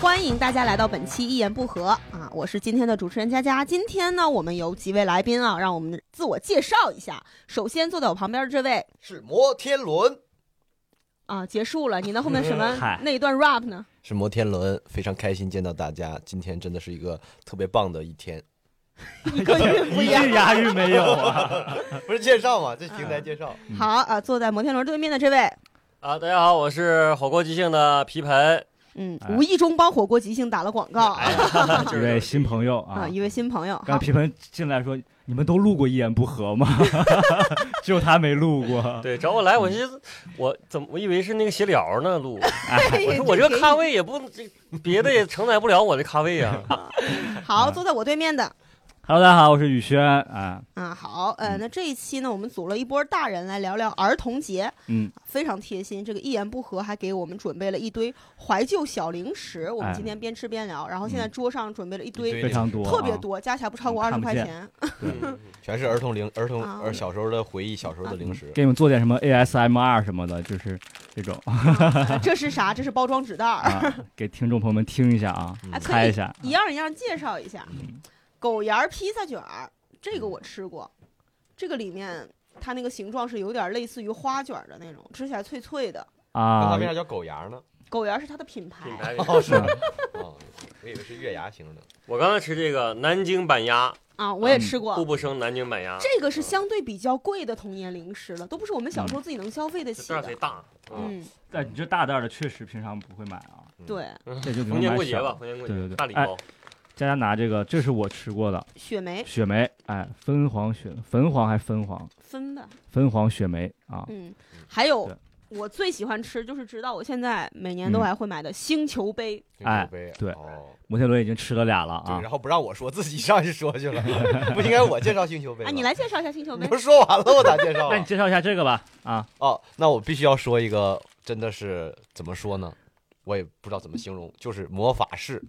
欢迎大家来到本期《一言不合》啊，我是今天的主持人佳佳。今天呢，我们有几位来宾啊，让我们自我介绍一下。首先坐在我旁边的这位是摩天轮，啊，结束了，你那后面什么嗯嗨那一段 rap 呢？是摩天轮，非常开心见到大家，今天真的是一个特别棒的一天。你跟人不一一样。句押韵没有 啊！ 不是介绍嘛，这平台介绍，哎好啊，坐在摩天轮对面的这位，啊，大家好，我是火锅即兴的皮盆， 嗯，哎无意中帮火锅即兴打了广告哎啊，一位新朋友啊啊，，一位新朋友。刚才好，皮盆进来说：“你们都录过一言不合吗？” 只有他没录过。对，找我来，我寻思我怎么我以为是那个闲聊呢录，我嘿 说我这个咖位也不这别的也承载不了我的咖位嗯啊。好，坐在我对面的 Hello，大家好，我是宇轩啊，啊，好，呃，嗯那这一期呢，我们组了一波大人来聊聊儿童节，嗯，非常贴心。这个一言不合还给我们准备了一堆怀旧小零食，我们哎今天边吃边聊。然后现在桌上准备了一一堆，堆非常多，啊特别，多，加起来不超过二十嗯看不块见钱。嗯 全是儿童零儿童啊儿小时候的回忆，小时候的零食。给你们做点什么 ASMR 什么的，就是这种啊这是啥？这是包装纸袋 儿， 啊，给听众朋友们听一下啊，嗯哎，可猜一以下。一样一样介绍一下。狗牙儿披萨卷儿，这个我吃过，这个里面它那个形状是有点类似于花卷儿的那种，吃起来脆脆的。那它啊为，啥叫狗牙呢？狗牙儿是它的品牌品牌，哦，是啊，哦我以为是月牙形的。我刚才吃这个南京板鸭，啊，我也嗯吃过。步步生南京板鸭，这个是相对比较贵的童年零食了，都不是我们小时候自己能消费得这起袋儿贼的。大，嗯，嗯，但你这大袋儿的确实平常不会买啊，对，这就逢年过节吧，吧。逢年过对对对节，哎大礼包，佳佳拿这个，这是我吃过的雪梅雪梅，哎，分黄雪，粉黄还分黄，分吧，分黄雪梅啊，嗯，还有对我最喜欢吃，就是直到我现在每年都嗯还会买的星球杯，哎口碑对哦，摩天轮已经吃了俩了对，啊然，后不让我说，自己上去说去了，不应该我介绍星球杯啊，吗？你来介绍一下星球你杯不。是说完了我咋介绍 那你啊？介绍一下这个吧啊，哦，那我必须要说一个，真的是怎么说呢？我也不知道怎么形容，就是魔法式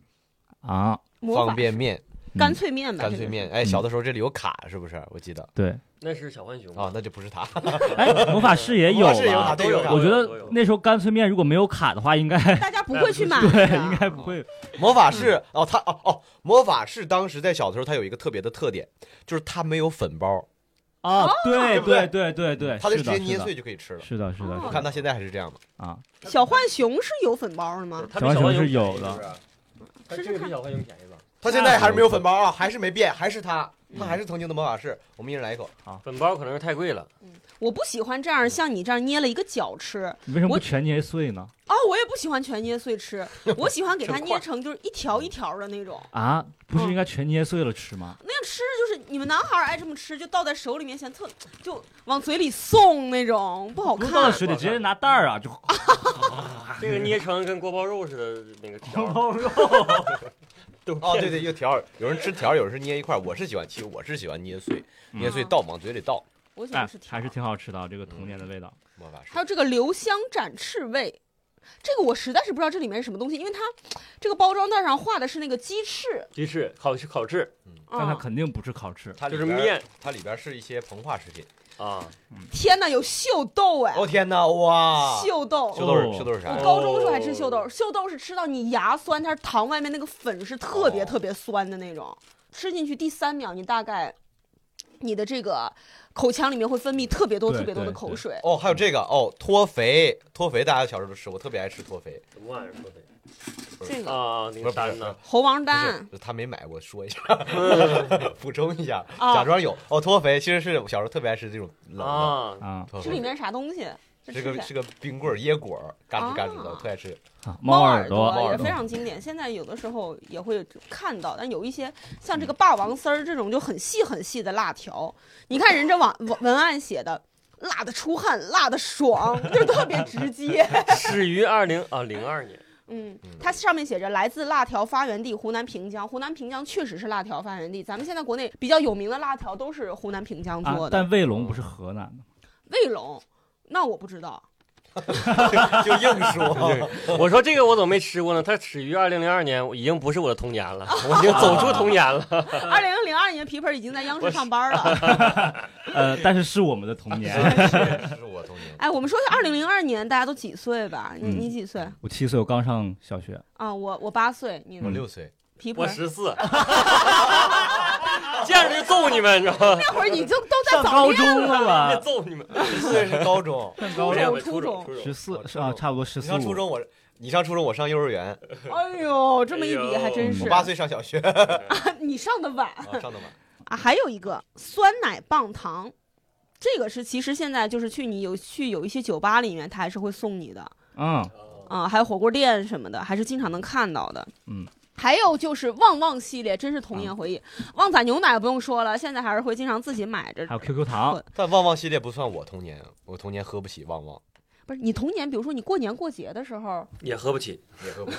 啊，魔方法便面、嗯干脆 面吧，干这脆个面。哎，嗯小的时候这里有卡，是不是？我记得对，那是小浣熊啊，，那就不是它。哎，魔法师也有魔法师也有吧卡都有，对啊我觉都有得都有那时候干脆面如果没有卡的话，应该大家不会去买对， 应的。该不会。魔法式哦，它哦哦，魔法式当时在小的时候，它有一个特别的特点，就是它没有粉包，哦啊，对对不对对对对嗯对，它就直接是的，捏是碎的，就可以吃了。是的，是的，哦是我的看它现在还是这样的，啊，小浣熊是有粉包的吗？它小浣比小浣熊熊是有便宜的，它吃这吃个看比小浣熊便宜吧？它现在还是没有粉包啊，还是没变，还是它，它还是曾经的魔法式。我们一人来一口，粉包可能是太贵了，我不喜欢这样像你这样捏了一个角吃。你为什么我不全捏碎呢？哦，我也不喜欢全捏碎吃，我喜欢给 它捏成就是一条一条的那种。啊，不是嗯应该全捏碎了吃吗？那样吃就是你们男孩儿爱这么吃，就倒在手里面，嫌特就往嘴里送那种，不好不到看。水里直接拿袋 儿啊，就这个捏成跟锅包肉似的那个条 儿，包肉。哦，对对，一个条儿，有人吃条儿，有人是捏一块儿。我是喜欢，其实我是喜欢捏碎，捏碎嗯倒往嘴里倒。我喜哎欢吃，条还是挺好吃的，啊这个童年的味道。魔法式还有这个留香展翅味，这个我实在是不知道这里面是什么东西，因为它这个包装袋上画的是那个鸡翅鸡翅烤烤翅但它啊！肯定不是烤翅，它里就是边儿面，它里边儿是一些膨化食品。啊，天哪，有秀豆哎，哦天哪，哇！秀豆！秀豆儿，秀豆儿是啥哦我呀？高中的时候还吃秀豆，秀豆是吃到你牙酸，它是糖外面那个粉是特别哦特别酸的那种，吃进去第三秒，你大概你的这个口腔里面会分泌特别多对特别多的对口对水。哦，还有这个哦，脱肥，脱肥，大家小时候都吃，我特别爱吃脱肥。什么玩意儿说的？这个啊，不那个是不是单不是呢？猴王不是丹，他没买，我说一下， 补充一下，啊假装有哦，脱肥其实是我小时候特别爱吃这种冷的，啊，啊脱这肥里面啥东西？这是吃个起来是个冰棍儿椰果儿，嘎吱嘎吱的，啊我特爱 吃。啊猫耳朵猫也耳朵非常经典，现在有的时候也会看到，但有一些像这个霸王丝儿这种就很细很细的辣条，你看人家网文文案写的。辣的出汗，辣的爽， 就是特别直接。始于二零啊零二年，嗯，它上面写着来自辣条发源地湖南平江，湖南平江确实是辣条发源地。咱们现在国内比较有名的辣条都是湖南平江啊做！的。但卫龙不是河南的吗？卫龙，那我不知道。就硬 说，我说这个我怎么没吃过呢？它始于二零零二年，已经不是我的童年了，我已经走出童年了。二零零二年皮盆已经在央视上班了。呃，但是是我们的童 年。是是我童年。哎，我们说下二零零二年大家都几岁吧？你嗯你几岁我七岁，我刚上小学。啊？我我八岁，你我嗯呢？六岁，皮我盆十四， 见着就揍你们，你知道吗？那会儿你就都在上早高恋中了就吧？揍你们。这是高中。上高高中没中有没有初初中中，初十中。四我是啊，差不多 十你四上初五。中我，你上初中我上幼儿园，哎呦，这么一比还真哎是我呦八岁上小学，你上的晚啊 上的晚。啊。还有一个酸奶棒糖，这个是其实现在就是去你有去有一些酒吧里面，他还是会送你的嗯，啊，还有火锅店什么的，还是经常能看到的。嗯。啊还有就是旺旺系列，真是童年回忆。旺仔牛奶不用说了，现在还是会经常自己买着还。有 QQ 糖对。但旺旺系列不算我童年，我童年喝不起旺旺，不是你童年，比如说你过年过节的时候，也喝不起，也喝不起。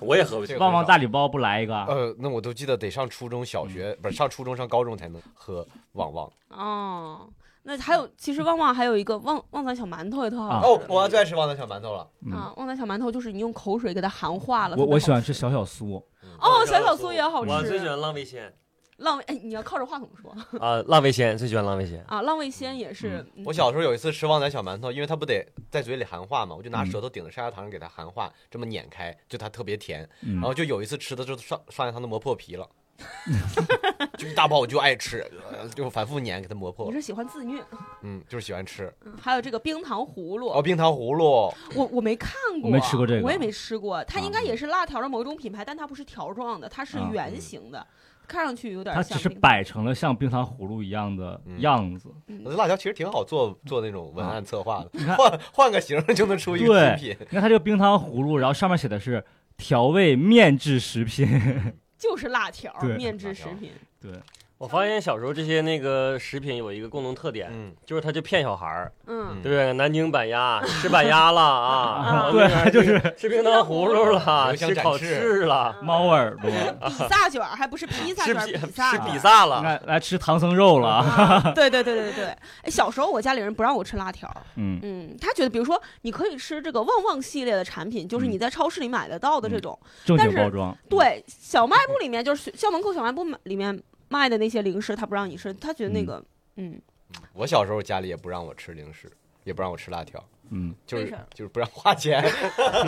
我也喝不起这。个旺旺大礼包不来一个？呃，那我都记得得上初中小学，嗯不是上初中上高中才能喝旺旺。哦，那还有其实旺旺还有一个旺旺仔小馒头也特好啊吃哦，我最爱吃旺仔小馒头了。嗯，啊，旺仔小馒头就是你用口水给它含化了。我特别我喜好欢吃小小酥，哦小小酥也好吃我最喜欢浪味仙浪味，哎，你要靠着话筒说啊，浪味仙最喜欢浪味仙。啊。浪味仙也是，嗯我小时候有一次吃旺仔小馒头，因为它不得在嘴里含化嘛，我就拿嗯舌头顶着砂糖给它含化，这么碾开，就它特别甜。嗯然，后就有一次吃的就砂砂糖都磨破皮 了，就一大包我就爱吃，呃就反复碾给它磨破你了。是喜欢自虐，嗯，就是喜欢吃。嗯还有这个冰糖葫芦，哦，冰糖葫芦，我我没看过，我没吃过这个我也没吃过。它啊应该也是辣条的某种品牌，但它不是条状的，它是啊圆形的，看上去有点它只像是冰摆成了像冰糖葫芦一样的嗯样子。我这辣条其实挺好做做那种文案策划的，啊你看，换换个形儿就能出一个对新品。你看它这个冰糖葫芦，然后上面写的是调味面制食品。就是辣条对面制辣食条品。对，我发现小时候这些那个食品有一个共同特点，嗯，就是它就骗小孩儿，嗯嗯，对不对？南京板鸭 吃板鸭了啊，对那边就是吃冰糖葫芦了，留香吃展烤翅翅了，猫耳朵，你比萨卷儿还不是披萨吃 卷儿，比比萨吃卷比儿。萨了，看来吃唐僧肉了啊。啊对对对对对，哎，小时候我家里人不让我吃辣条，嗯，嗯，他觉得比如说你可以吃这个旺旺系列的产品，就是你在超市里买得到的这种，正但经是包装。对，小卖部里面就是校门口小卖部里面卖的那些零食，他不让你吃，他觉得那个，嗯，我小时候家里也不让我吃零食，也不让我吃辣条，嗯，就为是啥就是不让花钱，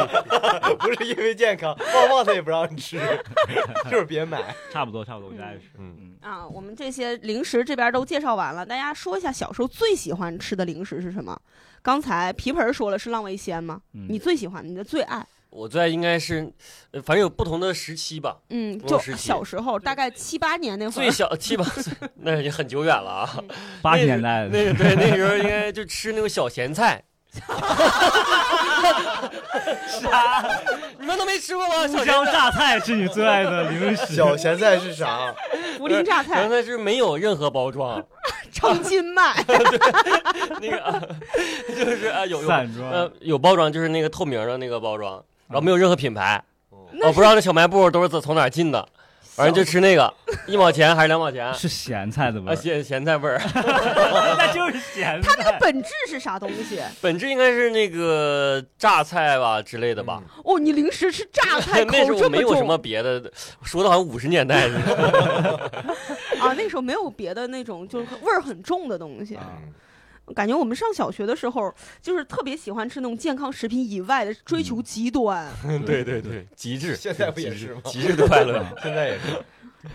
不是因为健康，旺旺他也不让吃， 就是别买。差不多，差不多，我家也是。嗯，嗯，啊，我们这些零食这边都介绍完了，大家说一下小时候最喜欢吃的零食是什么？刚才皮盆儿说了是浪味仙吗？嗯你最喜欢你的最爱？我最爱应该是，呃反正有不同的时期吧，嗯，我就十七小时候大概七八年那会最儿，小七八岁， 那也很久远了啊。八十年代的那个对，那时候应该就吃那种小咸菜。 啥？你们都没吃过吗？小乌咸江菜，榨菜是你最爱的零食。嗯小咸菜是啥？啊涪陵榨小咸菜、菜是没有任何包装，称斤卖，那个 啊就是啊有有散装呃有包装，就是那个透明的那个包装，然后没有任何品牌。哦那我不知道那小卖部都是自从哪儿进的，反正就吃那个，一毛钱还是两毛钱？是咸菜的味啊，儿，咸咸菜味儿，那就是咸菜。 本质是啥东西？本质应该是那个榨菜吧之类的吧。哦，你零食吃嗯榨菜，口 那时这候么没有重什么别的，说的好像五十年代似的。啊，那时候没有别的那种就是味儿很重的东西。啊嗯？感觉我们上小学的时候，就是特别喜欢吃那种健康食品以外的，追求极端。 嗯对 对对，极致，现在不也是吗？极致的快乐。现在也是。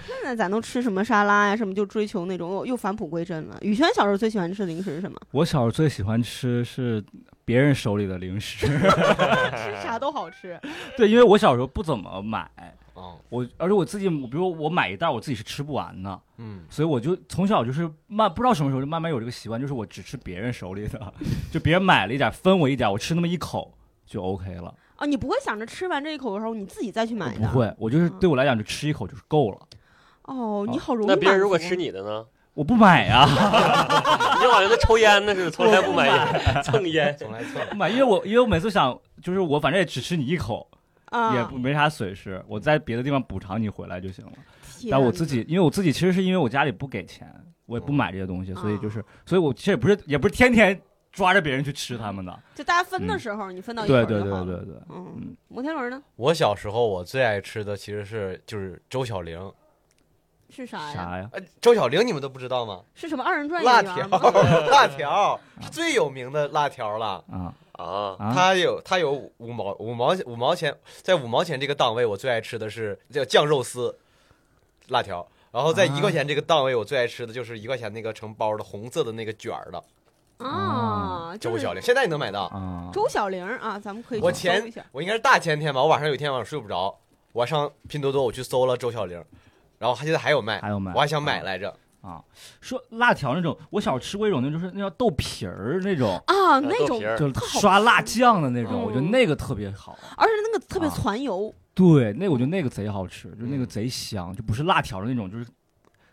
现在咱都吃什么沙拉呀、什么就追求那种又又返璞归真了。宇轩小时候最喜欢吃的零食是 什么？我小时候最喜欢吃是别人手里的零食， 吃啥都好吃。对，因为我小时候不怎么买，哦，我而且我自己，我比如我买一袋，我自己是吃不完的， 嗯，所以我就从小就是慢，不知道什么时候就慢慢有这个习惯，就是我只吃别人手里的，就别人买了一点分我一点，我吃那么一口就 OK 了。啊，你不会想着吃完这一口的时候你自己再去我买的？嗯不。会，我就是对我来讲就吃一口就是够了，哦，你好容易。 那别人如果吃，你的呢？ 我不买呀、 你就好像在抽烟呢似的，从来不买烟，蹭烟。从来蹭。不买，因为我因为我每次想就是我反正也只吃你一口，啊、也不没啥损失，我在别的地方补偿你回来就行了。天但我哪自己，因为我自己其实是因为我家里不给钱，我哦也不买这些东西，所以哦就是，所以我其实也不是也不是天天抓着别人去吃他们的。就大家分的时候，你分到一口嗯对儿对就对好了对对，嗯嗯，摩天轮呢？我小时候我最爱吃的其实是就是周小玲，是啥呀？啥呀？呃，周小玲你们都不知道吗？是什么二人转啊辣演条员， 吗？辣条是最有名的辣条了。啊啊，啊！它有它有五五毛五毛五毛钱，在五毛钱这个档位，我最爱吃的是叫酱肉丝辣条。然后在啊一块钱这个档位，我最爱吃的就是一块钱那个成包的红色的那个卷儿的啊，就嗯周是小玲，现在也能买到。啊，周小玲儿啊，咱们可以去我搜一前下我应该是大前天吧，我晚上有一天晚上睡不着，我上拼多多我去搜了周小玲，然后她现在还有卖，还有卖，啊我还想买来着。说辣条那种，我小吃过一种，那就是那叫豆皮儿那种，呃啊，豆那种皮，儿就是特好刷辣酱的那种，嗯我觉得那个特别好。而且那个特别啊攒油，对，那个我觉得那个贼好吃，就是那个嗯贼香，就不是辣条的那种，就是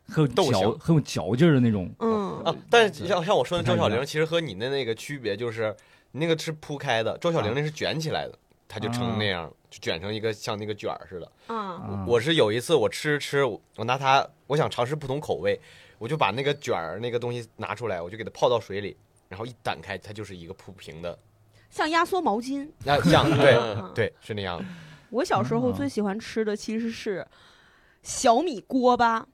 很有豆嚼香很有嚼劲儿的那种。嗯，啊，但是对像像我说的周小不太一玲，样其实和你的那个区别就是，你那个是铺开的，周小玲那是卷起来的，它就成那样，就卷成一个像那个卷儿似的。啊，啊我是有一次我吃吃，我我拿它，我想尝试不同口味，我就把那个卷儿那个东西拿出来，我就给它泡到水里，然后一展开，它就是一个铺平的，像压缩毛巾。那像对嗯啊，呃对是那样的。我小时候嗯最喜欢吃的其实是小米锅巴，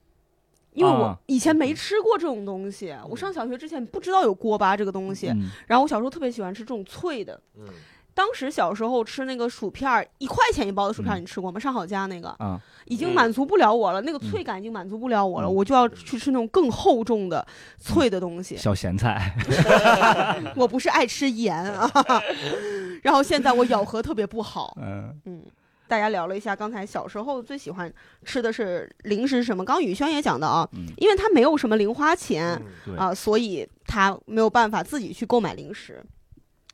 因为我啊以前没吃过这种东西，嗯我上小学之前不知道有锅巴这个东西。嗯然后我小时候特别喜欢吃这种脆的，嗯，当时小时候吃那个薯片儿，一块钱一包的薯片儿，你吃过吗？上好佳那个啊，已经嗯满足不了我了，那个脆感已经满足不了我了，我就要去吃那种更厚重的脆的东 西。小咸菜，我不是爱吃盐啊，然后现在我咬合特别不 好。嗯，嗯，大家聊了一下，刚才小时候最喜欢吃的是零食是什么？刚刚宇轩也讲到啊，嗯因为他没有什么零花钱啊、嗯对所以他没有办法自己去购买零食。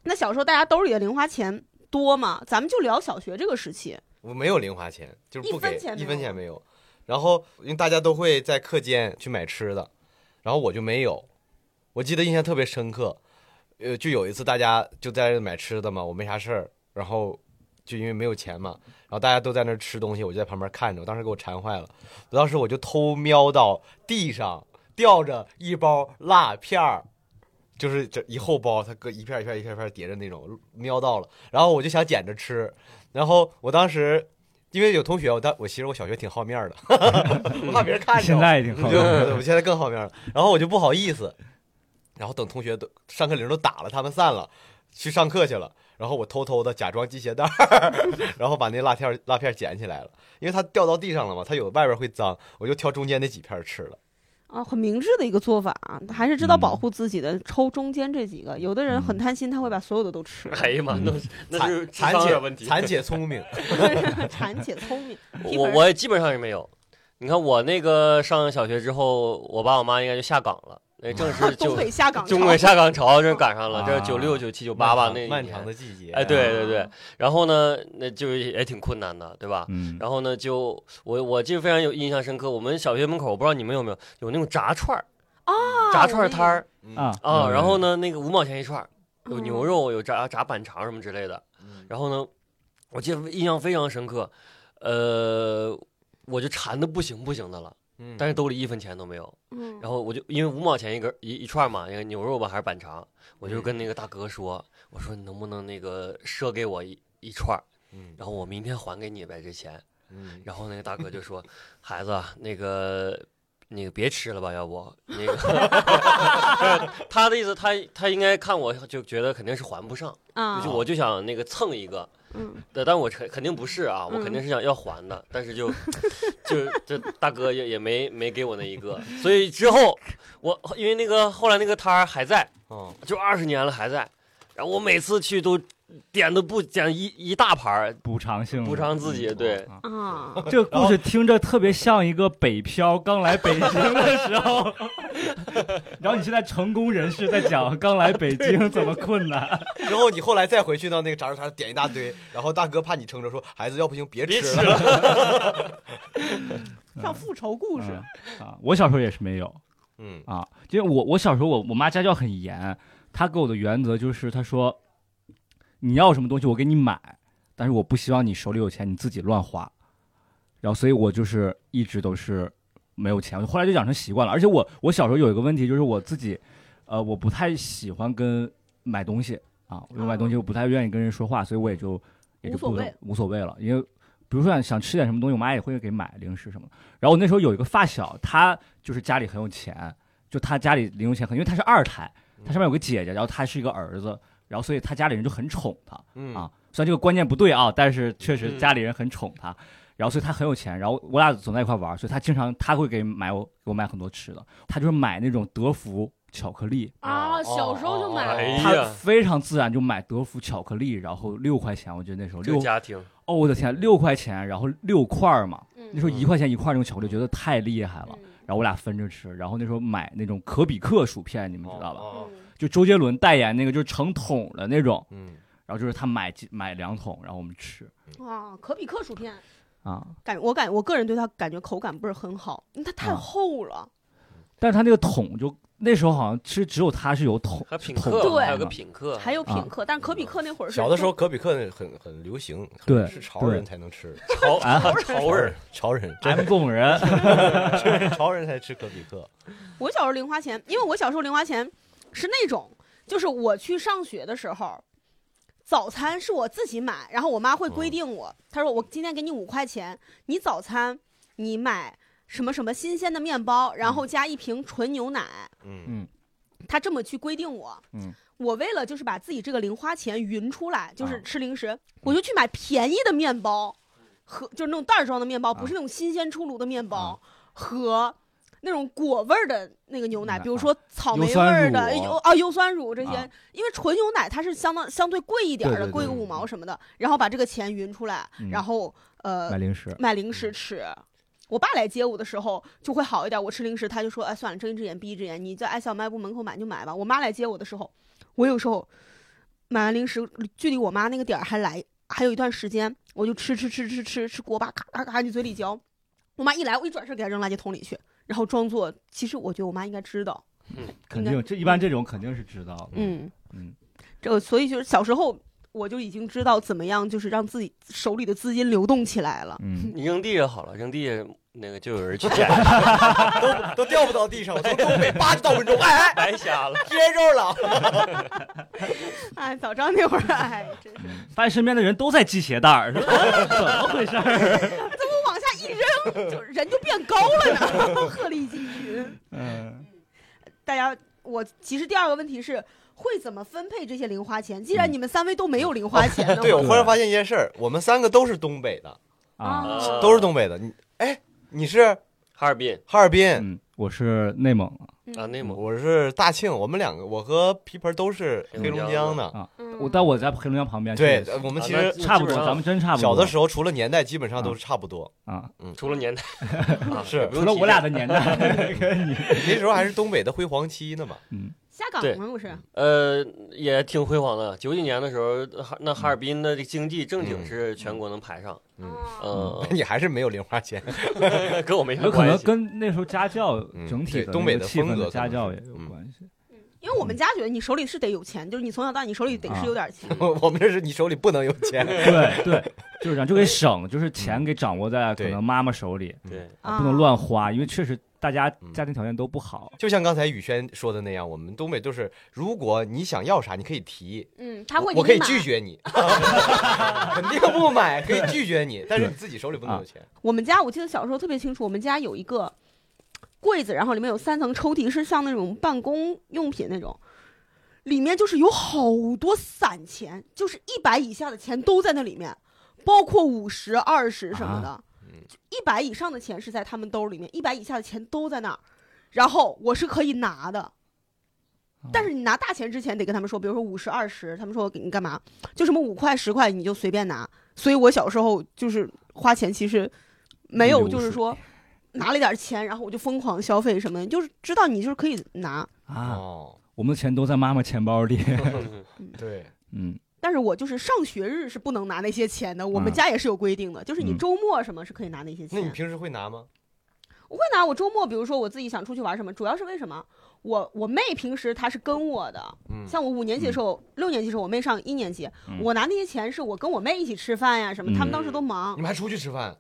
那小时候大家兜里的零花钱多吗？咱们就聊小学这个时期。我没有零花钱，就是不一分给钱没有一分钱没有。然后因为大家都会在课间去买吃的，然后我就没有。我记得印象特别深刻，呃，就有一次大家就在那买吃的嘛，我没啥事儿，然后就因为没有钱嘛，然后大家都在那儿吃东西，我就在旁边看着，我当时给我馋坏了，我当时我就偷瞄到地上吊着一包辣片儿。就是这一厚包，它搁一片儿一片儿一片儿一片儿叠着那种，瞄到了，然后我就想捡着吃，然后我当时因为有同学，我当我其实我小学挺好面儿的， 我怕别人看着现我，在也挺好我就 的。我现在更好面儿了。然后我就不好意思，然后等同学都上课铃都打了，他们散了，去上课去了。然后我偷偷的假装系鞋带儿， 然后把那辣片辣片捡起来了，因为它掉到地上了嘛，它有外边会脏，我就挑中间那几片儿吃了。啊，很明智的一个做法，啊还是知道嗯保护自己的，抽中间这几个。有的人很贪心，他会把所有的都吃，哎 呀妈，那那是残残智商且的问题。残且聪 明，馋且聪明。皮我盆儿我也基本上是没有。你看我那个上小学之后，我爸我妈应该就下岗了，那正是东 就北下岗潮，中国下岗潮这赶上了，啊这九六九七九八漫吧长那一漫年长的啊季节，哎，对对对，然后呢，那就也挺困难的，对吧？嗯，然后呢，就我我记得非常有印象深刻，我们小学门口，我不知道你们有没有有那种炸串儿、啊炸串儿摊儿嗯啊啊，然后呢，那个五毛钱一串儿，有嗯牛肉，有炸炸板肠什么之类的。嗯然后呢，我记得印象非常深刻，呃，我就馋的不行不行的了，嗯但是兜里一分钱都没有。嗯然后我就因为五毛钱一根一一串嘛，那个牛肉吧还是板肠，我就跟那个大哥说，我说你能不能那个赊给我一一串儿，嗯然后我明天还给你呗这钱。嗯然后那个大哥就说，孩子啊那个。那个别吃了吧，要不那个，他的意思，他他应该看我就觉得肯定是还不上，啊就，我就想那个蹭一个，嗯对，但我肯肯定不是啊，我嗯肯定是想要还的，但是就 就这大哥也也没没给我那一个，所以之后我因为那个后来那个摊儿还在，嗯就二十年了还在，然后我每次去都点的不点一一大盘儿，补偿性的补偿自己对嗯啊啊，这个故事听着特别像一个北漂刚来北京的时 候，然后你现在成功人士在 讲刚来北京怎么困难，然后你后来再回去到那个炸串摊点一大堆，然后大哥怕你撑着说，孩子要不行别别吃吃了，像复仇故事嗯啊！我小时候也是没有嗯啊，因为我我小时候我我妈家教很严，她给我的原则就是她说，你要什么东西我给你买，但是我不希望你手里有钱你自己乱花，然后所以我就是一直都是没有钱，我后来就养成习惯了。而且我我小时候有一个问题就是我自己，呃，我不太喜欢跟买东西啊，我买东西我不太愿意跟人说话，所以我也就也就无所不谓无所谓了，因为比如说想想吃点什么东西，我妈也会给买零食什么的。然后我那时候有一个发小，她就是家里很有钱，就她家里零用钱很，因为她是二胎，嗯她上面有个姐姐，然后她是一个儿子，然后所以她家里人就很宠她。嗯啊，虽然这个观念不对啊，但是确实嗯家里人很宠他，然后所以他很有钱，然后我俩总在一块玩儿，所以他经常他会给买我给我买很多吃的，他就是买那种德芙巧克力，啊啊，小时候就买哎了，他呀非常自然就买德芙巧克力，然后六块钱，我觉得那时候这六个家庭，哦我的天，六块钱，然后六块儿嘛，那时嗯候一块钱一块儿那种巧克力，觉得太厉害了。嗯然后我俩分着吃，然后那时候买那种可比克薯片，你们知道吧？哦嗯就周杰伦代言那个，就是成桶的那种。嗯，然后就是他买几买两桶，然后我们吃啊，可比克薯片，啊。感我感我个人对它感觉口感不是很好，因为它太嗯啊厚了。但是他那个桶就那时候好像其实只有他是有桶，还有品是客，桶的对还有个嘛品客，还有品啊客，但可比克那会儿是小的时候中可比克很很流行，对是潮人才能吃，潮啊潮人，，潮人，真，M 总人是潮人才吃可比克。我小时候零花钱，因为我小时候零花钱是那种，就是我去上学的时候，早餐是我自己买，然后我妈会规定我，她说我今天给你五块钱，你早餐你买什么什么新鲜的面包，然后加一瓶纯牛奶，嗯嗯她这么去规定我。嗯。我为了就是把自己这个零花钱匀出来，啊就是吃零食，我嗯就去买便宜的面包，和就是那种袋儿装的面包，啊不是那种新鲜出炉的面包，和那种果味儿的那个牛奶，嗯比如说草莓优味酸儿乳的优啊优酸乳这些，啊因为纯牛奶它是相当相对贵一点儿的，对对对贵个五毛什么的，然后把这个钱匀出来，嗯然后买呃零食，买零食吃。我爸来接我的时候就会好一点，我吃零食，他就说：“哎，算了，睁一只眼闭一只眼，你在爱小卖部门口买就买吧。”我妈来接我的时候，我有时候买完零食，距离我妈那个点儿还来还有一段时间，我就吃吃吃吃吃吃锅巴，咔咔咔就嘴里嚼。我妈一来，我一转身给她扔垃圾桶里去，然后装作其实我觉得我妈应该知道，肯应该定这一般这种肯定是知道的。嗯嗯，这个所以就是小时候我就已经知道怎么样就是让自己手里的资金流动起来了。嗯， 你扔地上好了，扔地上那个就有人去捡，都都掉不到地上，从东北八十到温州，哎，白瞎了。接肉了。哎，早知道那会儿，哎，真是嗯发现身边的人都在系鞋带儿，是吧怎么回事儿？怎么往下一扔，就人就变高了 呢？鹤立鸡群。嗯，大家，我其实第二个问题是会怎么分配这些零花钱？既然你们三位都没有零花钱呢，对，我我忽然发现一件事儿，我们三个都是东北的，啊，啊都是东北的。你哎，你是哈尔滨哈尔滨，嗯，我是内蒙啊，嗯内蒙，我是大庆，我们两个，我和皮盆都是黑龙江的。嗯我，但我在黑龙江旁边，对呃其实，我们啊其那实基差不多，基本上咱们真差不多。小的时候除了年代，基本上都是差不多。啊，除了年代，啊是也不除用了提我俩的这年代，跟你嗯那时候还是东北的辉煌期呢嘛。下岗对吗？不是，呃，也挺辉煌的。九几年的时候，哈那哈尔滨的这个经济正经是全国能排上，嗯哦嗯，你还是没有零花钱，呃 跟我没什有么可能关系。跟那时候家教嗯整体对的东那北个的气风氛格的家可能教也是有嗯关系。因为我们家觉得你手里是得有钱，就是你从小到大你手里嗯得是有点钱。 我们这是你手里不能有钱。 对对，就是这样，就给省，就是钱给掌握在可嗯对能妈妈手里，对，啊不能。乱花，因为确实大家嗯家庭条件都不好。就像刚才宇轩说的那样，我们东北就是，如果你想要啥，你可以提，嗯，他会我给可以你买拒。绝你， 肯定不买，可以拒绝你，但是你自己手里不能有钱。我们家我记得小时候特别清楚，我们家有一个柜子，然后里面有三层抽屉，是像那种办公用品那种，里面就是有好多散钱，就是一百以下的钱都在那里面，包括五十、二十什么的。嗯一百以上的钱是在他们兜里面，一百以下的钱都在那儿，然后我是可以拿的，但是你拿大钱之前得跟他们说，比如说五十、二十，他们说我给你干嘛，就什么五块、十块你就随便拿。所以我小时候就是花钱，其实没有一流就是水说拿了一点钱，然后我就疯狂消费什么的，就是知道你就是可以拿，啊，哦，我们的钱都在妈妈钱包 里。对，嗯，但是我就是上学日是不能拿那些钱的，我们嗯家也是有规定的，就是你嗯周末什么是可以拿那些那钱。你平时会拿吗？我会拿我周末，比如说我自己想出去玩什么，主要是为什么？我我妹平时她是跟我的，嗯，像我五年级的时候、六年级的时候，我妹上一年级，嗯我拿那些钱是我跟我妹一起吃饭呀什么，嗯他们当时都忙你，们还出去吃饭？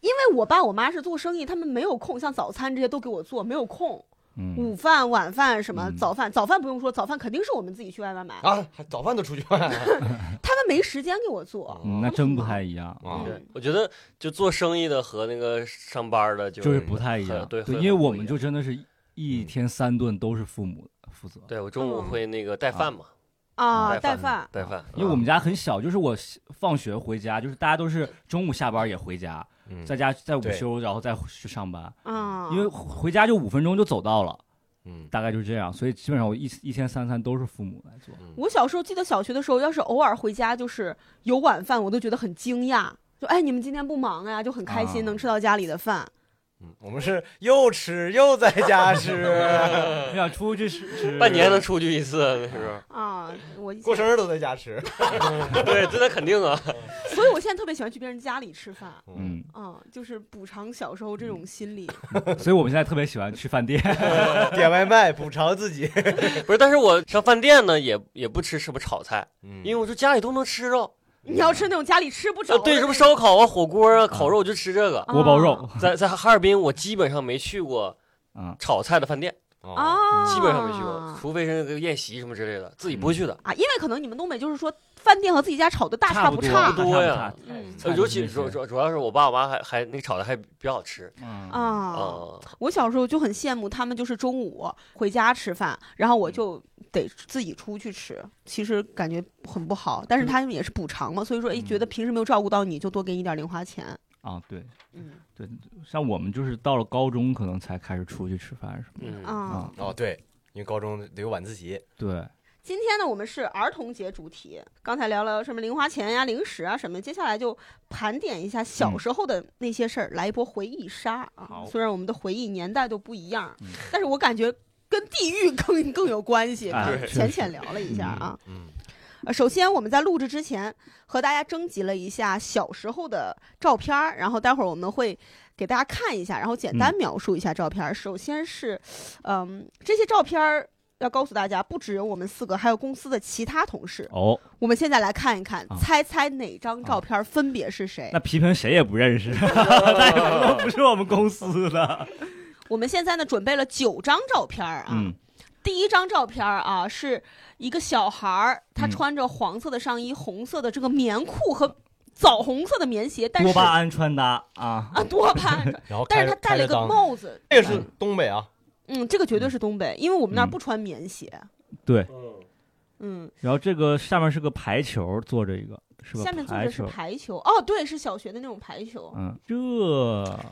因为我爸我妈是做生意，他们没有空，像早餐这些都给我做，没有空。嗯，午饭、晚饭什么，嗯啊早饭早饭不用说，早饭肯定是我们自己去外面买，啊，还早饭都出去买，他们没时间给我做。嗯，那真不太一样，啊对，我觉得就做生意的和那个上班的就就是不太一样。对对，会因为很不我一们样就真的是嗯一天三顿都是父母负责。对我中午嗯会那个带饭嘛，啊，带带饭，带饭，因为我们家很小，就是我放学回家，就是大家都是中午下班也回家，嗯在家在午对休，然后再去上班。啊，因为回家就五分钟就走到了，嗯大概就是这样。所以基本上我一一天三餐都是父母来做。我小时候记得小学的时候，要是偶尔回家就是有晚饭，我都觉得很惊讶，就哎你们今天不忙呀、就很开心啊能吃到家里的饭。嗯，我们是又吃又在家 吃，我想出去吃吃，半年能出去一次，那时候，啊，我以前过生日都在家吃。对，这那肯定啊， 所以我现在特别喜欢去别人家里吃饭，嗯，嗯，就是补偿小时候这种心理。所以我们现在特别喜欢去饭店。嗯点外卖补偿自己，不是，但是我上饭店呢，也也不吃什么炒菜，因为为我说家里都能吃着，你要吃那种家里吃不着这的对那什么种烧烤啊、火锅啊、烤肉，我就吃这个。锅包肉 在在哈尔滨，我基本上没去过啊，炒菜的饭店，嗯哦啊，基本上没去过，除非是那个宴席什么之类的，自己嗯不会去的。啊，因为可能你们东北就是说饭店和自己家炒的大差不差不多呀嗯呃尤其主说说主主要是我爸我妈还还那个炒的还比较好吃啊，啊。啊，我小时候就很羡慕他们，就是中午回家吃饭，然后我就得自己出去吃，其实感觉很不好，但是他们也是补偿嘛，所以说哎，觉得平时没有照顾到你，就多给你点零花钱。啊，对，嗯像我们就是到了高中可能才开始出去吃饭什么嗯的啊啊，，哦对，因为高中得有晚自习，对，今天呢，我们是儿童节主题，刚才聊了什么零花钱呀、零食啊什么，接下来就盘点一下小时候的那些事儿，来一波回忆杀啊。好虽然我们的回忆年代都不一样，嗯但是我感觉跟地域更 更有关系。哎刚对浅浅聊了一下啊。嗯呃首先我们在录制之前和大家征集了一下小时候的照片儿，然后待会儿我们会给大家看一下，然后简单描述一下照片儿。首先是，嗯，这些照片儿要告诉大家，不只有我们四个，还有公司的其他同事。哦，我们现在来看一看，啊猜猜哪张照片儿分别是谁？那皮平谁也不认识，那也不能不是我们公司的。我们现在呢准备了九张照片儿啊。嗯第一张照片儿啊，是一个小孩儿，他嗯穿着黄色的上衣、红色的这个棉裤和枣红色的棉鞋，但是多巴胺穿搭啊，啊，多巴胺。然后但开是他戴了一个，开裆帽子，这个是东北啊，嗯，这个绝对是东北，因为我们那儿嗯不穿棉鞋，对。嗯，然后这个下面是个排球，坐着一个是个下面坐排着是球，排球，哦，对，是小学的那种排球，嗯，这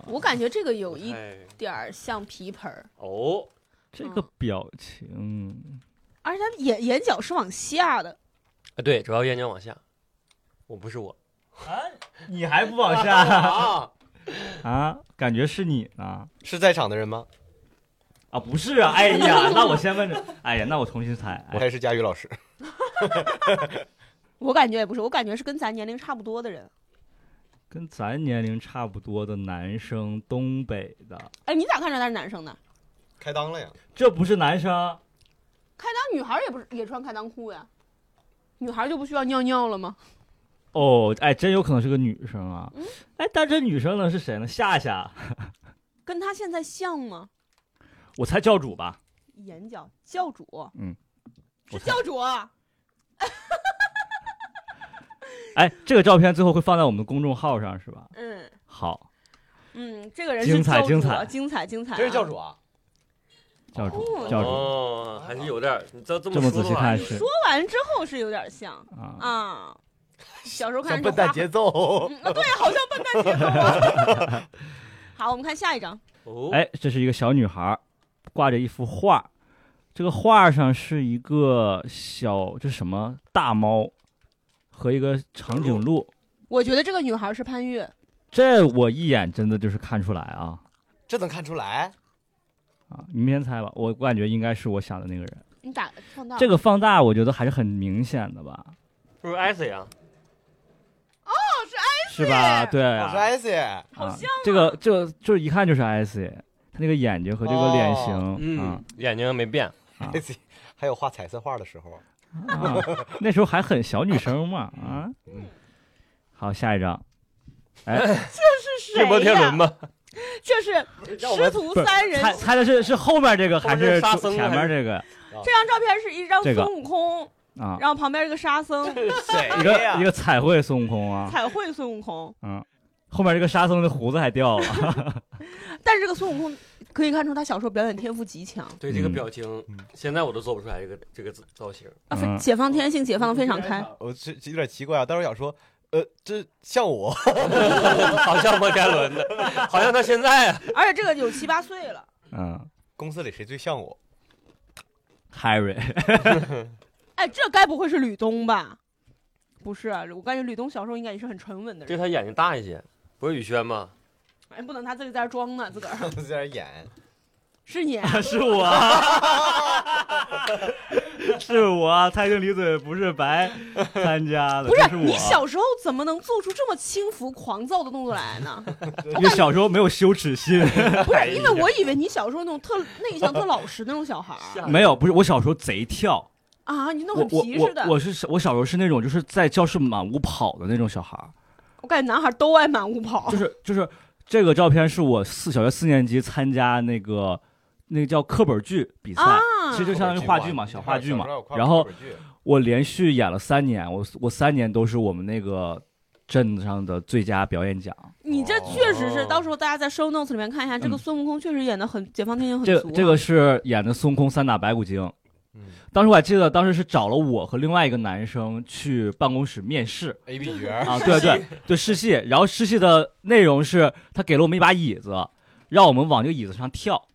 我感觉这个有一哎点儿像皮盆儿，哦，这个表情，而且他眼眼角是往下的，哎对，主要眼睛往下，我不是我你还不往下啊， 啊？感觉是你呢？是在场的人吗？啊，不是啊！哎呀，那我先问着，哎呀，那我重新猜，我哎、还是佳宇老师，我感觉也不是，我感觉是跟咱年龄差不多的人。跟咱年龄差不多的男生，东北的，哎，你咋看出来他是男生呢？开裆了呀？这不是男生，开裆女孩儿也不是也穿开裆裤呀，女孩儿就不需要尿尿了吗？哦，哎，真有可能是个女生啊！嗯哎，但这女生呢是谁呢？夏夏，跟他现在像吗？我猜教主吧，眼角教主，嗯，是教主啊，哎，这个照片最后会放在我们的公众号上是吧？嗯好，嗯，这个人精是彩教精主啊彩精彩精彩，真是教主。啊？教主，哦教主，哦，还是有点儿，你这这这么么仔说的细话看是说完之后是有点像啊，啊，小时候看像人家笨蛋画 节奏，嗯啊，对，好像笨蛋节奏啊。 好，我们看下一张，哦，哎，这是一个小女孩儿，挂着一幅画，这个画上是一个小这什么大猫和一个长颈鹿，我觉得这个女孩是潘越，这我一眼真的就是看出来啊这能看出来？啊！你们先猜吧，我感觉应该是我想的那个人。你打放大这个放大我觉得还是很明显的吧，是不是艾斯呀？是吧？对我哎是啊，艾 C，好像这个这个就是一看就是 S，他那个眼睛和这个脸型哦啊嗯，眼睛没变，啊艾 C，还哎有画彩色画的时 候，啊，那时候还很小女生嘛啊嗯。好，下一张，哎，是是摩天轮？嗯吧？这是师徒三人。猜猜的是是后面这个还后面是是沙前僧啊面这个？这张照片是一张这个孙悟空啊，然后旁边一个沙僧谁一哎个一个彩绘孙悟空 啊，彩绘孙悟空，嗯，后面这个沙僧的胡子还掉了，但是这个孙悟空可以看出他小时候表演天赋极强对这个表情嗯，现在我都做不出来这个这个造 型。啊，嗯解放天性解放的非常开。我是有点奇怪啊，当时想说，呃，这像我， 好像摩天轮的，好像他现在啊，而且这个有七八岁了，嗯公司里谁最像我？ ，Harry，哎，这该不会是吕东吧？不是，啊我感觉吕东小时候应该也是很沉稳的就人。他眼睛大一些，不是宇轩吗？哎，不能他自己在这装呢，自个儿在那演， 是你啊，是我， 是我，蔡京李嘴不是白参加的，不是这呃是你我，啊小时候怎么能做出这么轻浮狂躁的动作来 呢？你就小时候没有羞耻心， 不是，因哎为我以为你小时候那种特内向、特老实那种小孩儿吓没有，不是我小时候贼跳，啊，你那我种很我皮似的我。我是我小时候是那种就是在教室满屋跑的那种小孩儿，我感觉男孩都爱满屋跑就，是就是这个照片是我四小学四年级参加那个那个叫课本剧比赛，啊其实就相当于话剧嘛，小话剧嘛。然后后我连续演了三年，我我三年都是我们那个镇子上的最佳表演奖。你这确实是，哦到时候大家在 show notes 里面看一下，这个孙悟空确实演的很解放天性很嗯这足个啊。这个是演的孙悟空三打白骨精。嗯当时我还记得，当时是找了我和另外一个男生去办公室面试 A B 角， 啊，对对对试戏，然后试戏的内容是他给了我们一把椅子，让我们往这个椅子上跳。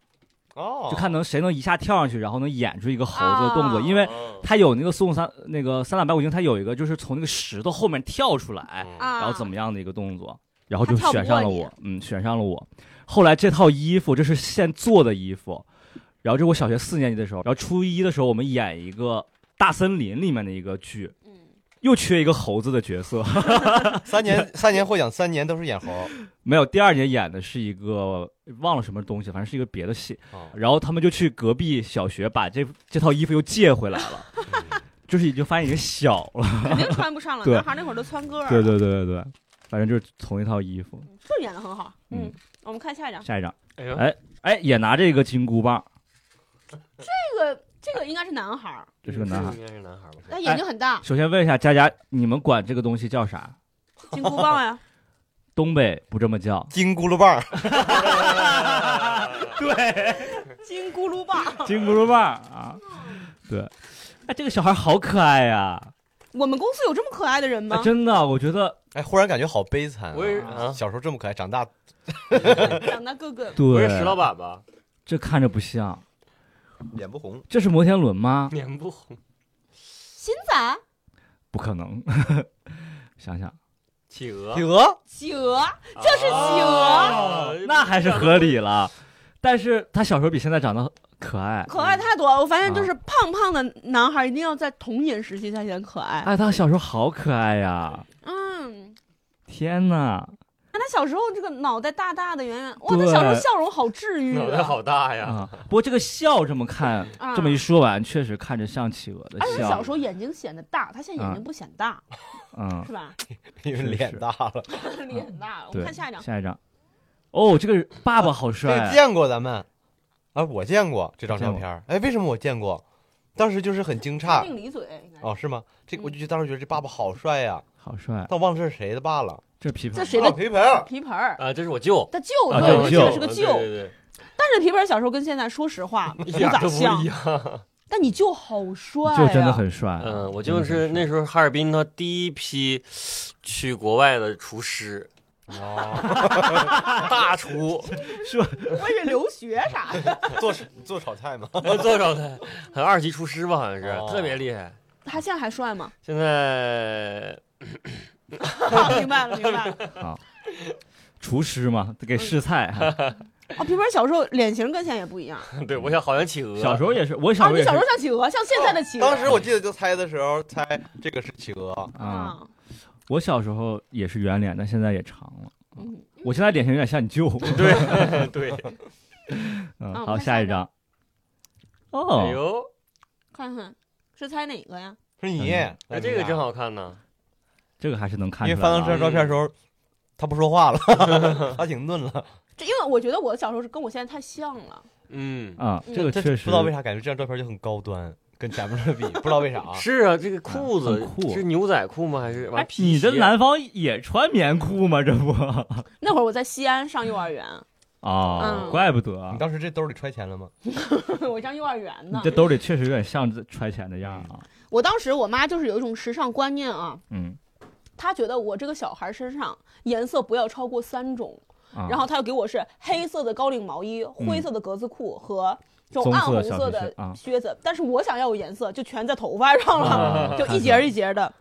哦，就看能谁能一下跳上去，然后能演出一个猴子的动作，啊因为哦他有那个孙悟三那个三打白骨精，他有一个就是从那个石头后面跳出来，啊，啊，然后怎么样的一个动作，然后就他跳不选上了过你我，嗯，选上了我。后来这套衣服这是现做的衣服，然后这是我小学四年级的时候，然后初一的时候我们演一个大森林里面的一个剧，嗯又缺一个猴子的角色， 三年三年获奖，三年都是演猴，没有，第二年演的是一个忘了什么东西，反正是一个别的戏，哦，然后他们就去隔壁小学把这这套衣服又借回来了，就是已经发现已经小了。肯定穿不上了。 对男孩那会儿都穿个儿，对，对对对对，反正就是同一套衣服。这演的很好。嗯嗯，我们看下一张，下一张，哎呦哎哎，也拿这个金箍棒，这个这个应该是男孩儿，这是个男孩。应该是男孩吧？哎他眼睛很大，首先问一下佳佳，你们管这个东西叫啥？金箍棒呀，东北不这么 叫金箍噜棒，对， 金箍噜棒。金箍棒 啊，对。哎，这个小孩好可爱呀、 我们公司有这么可爱的人哎吗？真的，我觉得哎，忽然感觉好悲惨啊。我也哎是啊，小时候这么可爱，长大长大个个不对是，石老板吧？这看着不像，脸不红。这是摩天轮吗？脸不红，新仔、不可能， 想想 企鹅啊啊哦企企，鹅，鹅，这是企鹅鹅哦那还是合理了。但是他小时候比现在长得可爱，可爱太多了。我发现就是胖胖的男孩一定要在童年时期才显可爱。哎，他小时候好可爱呀！嗯，天哪，那他小时候这个脑袋大大的、圆圆，哇，他对小时候笑容好治愈脑袋啊！好 大呀！啊！不过这个笑这么看，啊这么一说完，确实看着像企鹅的而且他笑啊小时，候眼睛显得大，他现在眼睛不显大，嗯，是吧？因为是脸是大了。 脸大。我对们看下一张，下一张，哦，这个爸爸好帅这啊，见过咱们啊，我见过这张照片儿。哎，为什么我见过？当时就是很惊他诧定离嘴应该是。哦，是吗？这嗯我就觉得当时觉得这爸爸好帅呀，好帅！但我忘了这是谁的爸了。这是琵琶，这谁的啊培培儿皮盆儿，啊，这是我舅，他舅，啊对，这我是记舅得是个对舅。对对，但是皮盆儿小时候跟现在，说实话不一点咋都不一像。样。但你舅好帅、啊，就真的。很帅。嗯，我啊真的就很是帅那时候哈尔滨他第一批去国外的厨师，哦，大厨 我以为留学啥的， 做做炒菜吗？做炒菜，很二级厨师吧，好像是哦特别厉害。他现在还帅 吗？现在好，明白了，明白了。厨师嘛，给试菜。 啊 哦，皮盆儿小时候脸型跟现在也不一 样。对我想好像企鹅，小时候也是，我小啊，时候你也是小时候像企鹅，像现在的企鹅。啊当时我记得就猜的时候猜这个是企鹅，啊，啊，我小时候也是圆脸，但现在也长了。嗯，我现在脸型有点像你舅。 对对，啊我嗯，好，看下下一一张。哎哦，呦，看看是猜哪个呀？是你嗯。哎这个真，好看呢，这个还是能看因为出来翻到的这张照啊。片的时候，他不说话了， 他挺嫩了。这因为我觉得我小时候是跟我现在太像了。嗯，啊，嗯哎这个这确实不知道为啥感觉这张照片就很高端，跟前面的比，不知道为啥啊。是啊，这个裤子很酷是牛仔裤吗？还是完哎，皮鞋？啊你这南方也穿棉裤吗？这不那会儿我在西安上幼儿园， 啊，嗯怪不得啊你当时这兜里揣钱了吗？我上幼儿园你呢这。兜里确实有点像这揣钱的样儿啊。我当时我妈就是有一种时尚观念啊，嗯，她觉得我这个小孩身上颜色不要超过三种，啊嗯然后她又给我是黑色的高领毛衣、灰色的格子裤和这种棕暗色红小色皮的靴啊靴子，但是我想要有颜色，就全在头发上了，啊 就一节儿一节儿的。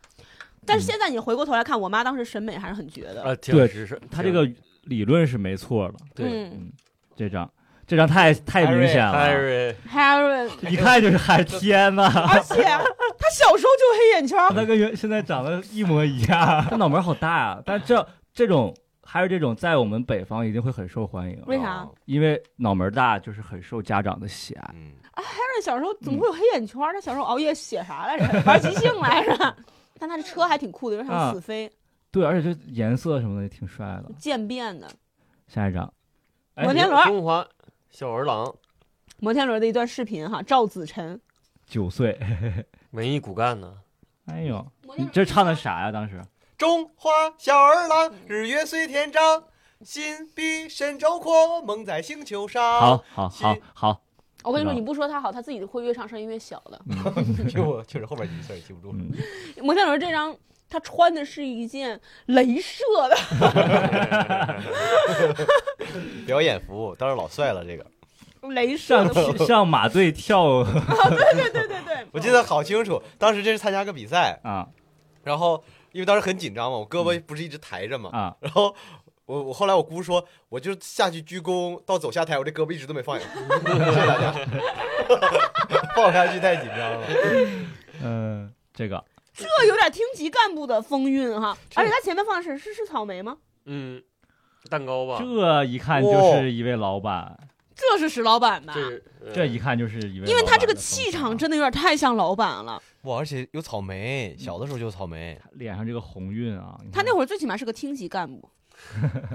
但是现在你回过头来看，我妈当时审美还是很绝的。啊，挺对直是他这个理论是没错了，对嗯这张这张太太明显了， ，Harry ，Harry，一看就是海天呐，而且她小时候就黑眼 圈儿，他跟原现在长得一模一 样，他脑门好大啊！但这这种还是这种在我们北方一定会很受欢迎，为啥？因为脑门大就是很受家长的喜爱。嗯， Harry 小时候怎么会有黑眼圈儿？他小时候熬夜写啥来 着？玩即兴来着？ 但他这车还挺酷的，有点像啊死飞。对，而且这颜色什么的也挺帅的。渐变的下一张，哎摩天轮中华小儿郎，摩天轮的一段视频哈，赵子晨。九岁，文艺骨干呢？哎呦，你这唱的啥呀？当时中华小儿郎，日月随天长，心比神州阔，梦在星球上。好，好好好，我跟你说，知道你不说他好，他自己会越唱声音越小的。就我确实后边几个字儿也记不住了。嗯，摩天轮这张，他穿的是一件镭射的，表演服务当时老帅了，这 个镭射像的。 像马队跳对对对对，我记得好清楚。当时这是参加个比赛， 啊然后因为当时很紧张嘛，我胳膊不是一直抬着嘛，啊，然后我我后来我姑说，我就下去鞠躬到走下台，我这胳膊一直都没 放下，谢谢大家。放下去太紧张了，嗯，这个这有点厅级干部的风韵哈。而且他前面放的是是是草莓吗？嗯，蛋糕吧，这一看就是一位老板，这是石老板吧？这呃这一看就是一位老板的风格，啊因为他这个气场真的有点太像老板了。哇！而且有草莓，小的时候就有草莓，脸上这个红晕啊，他那会会儿最起码是个厅级干部。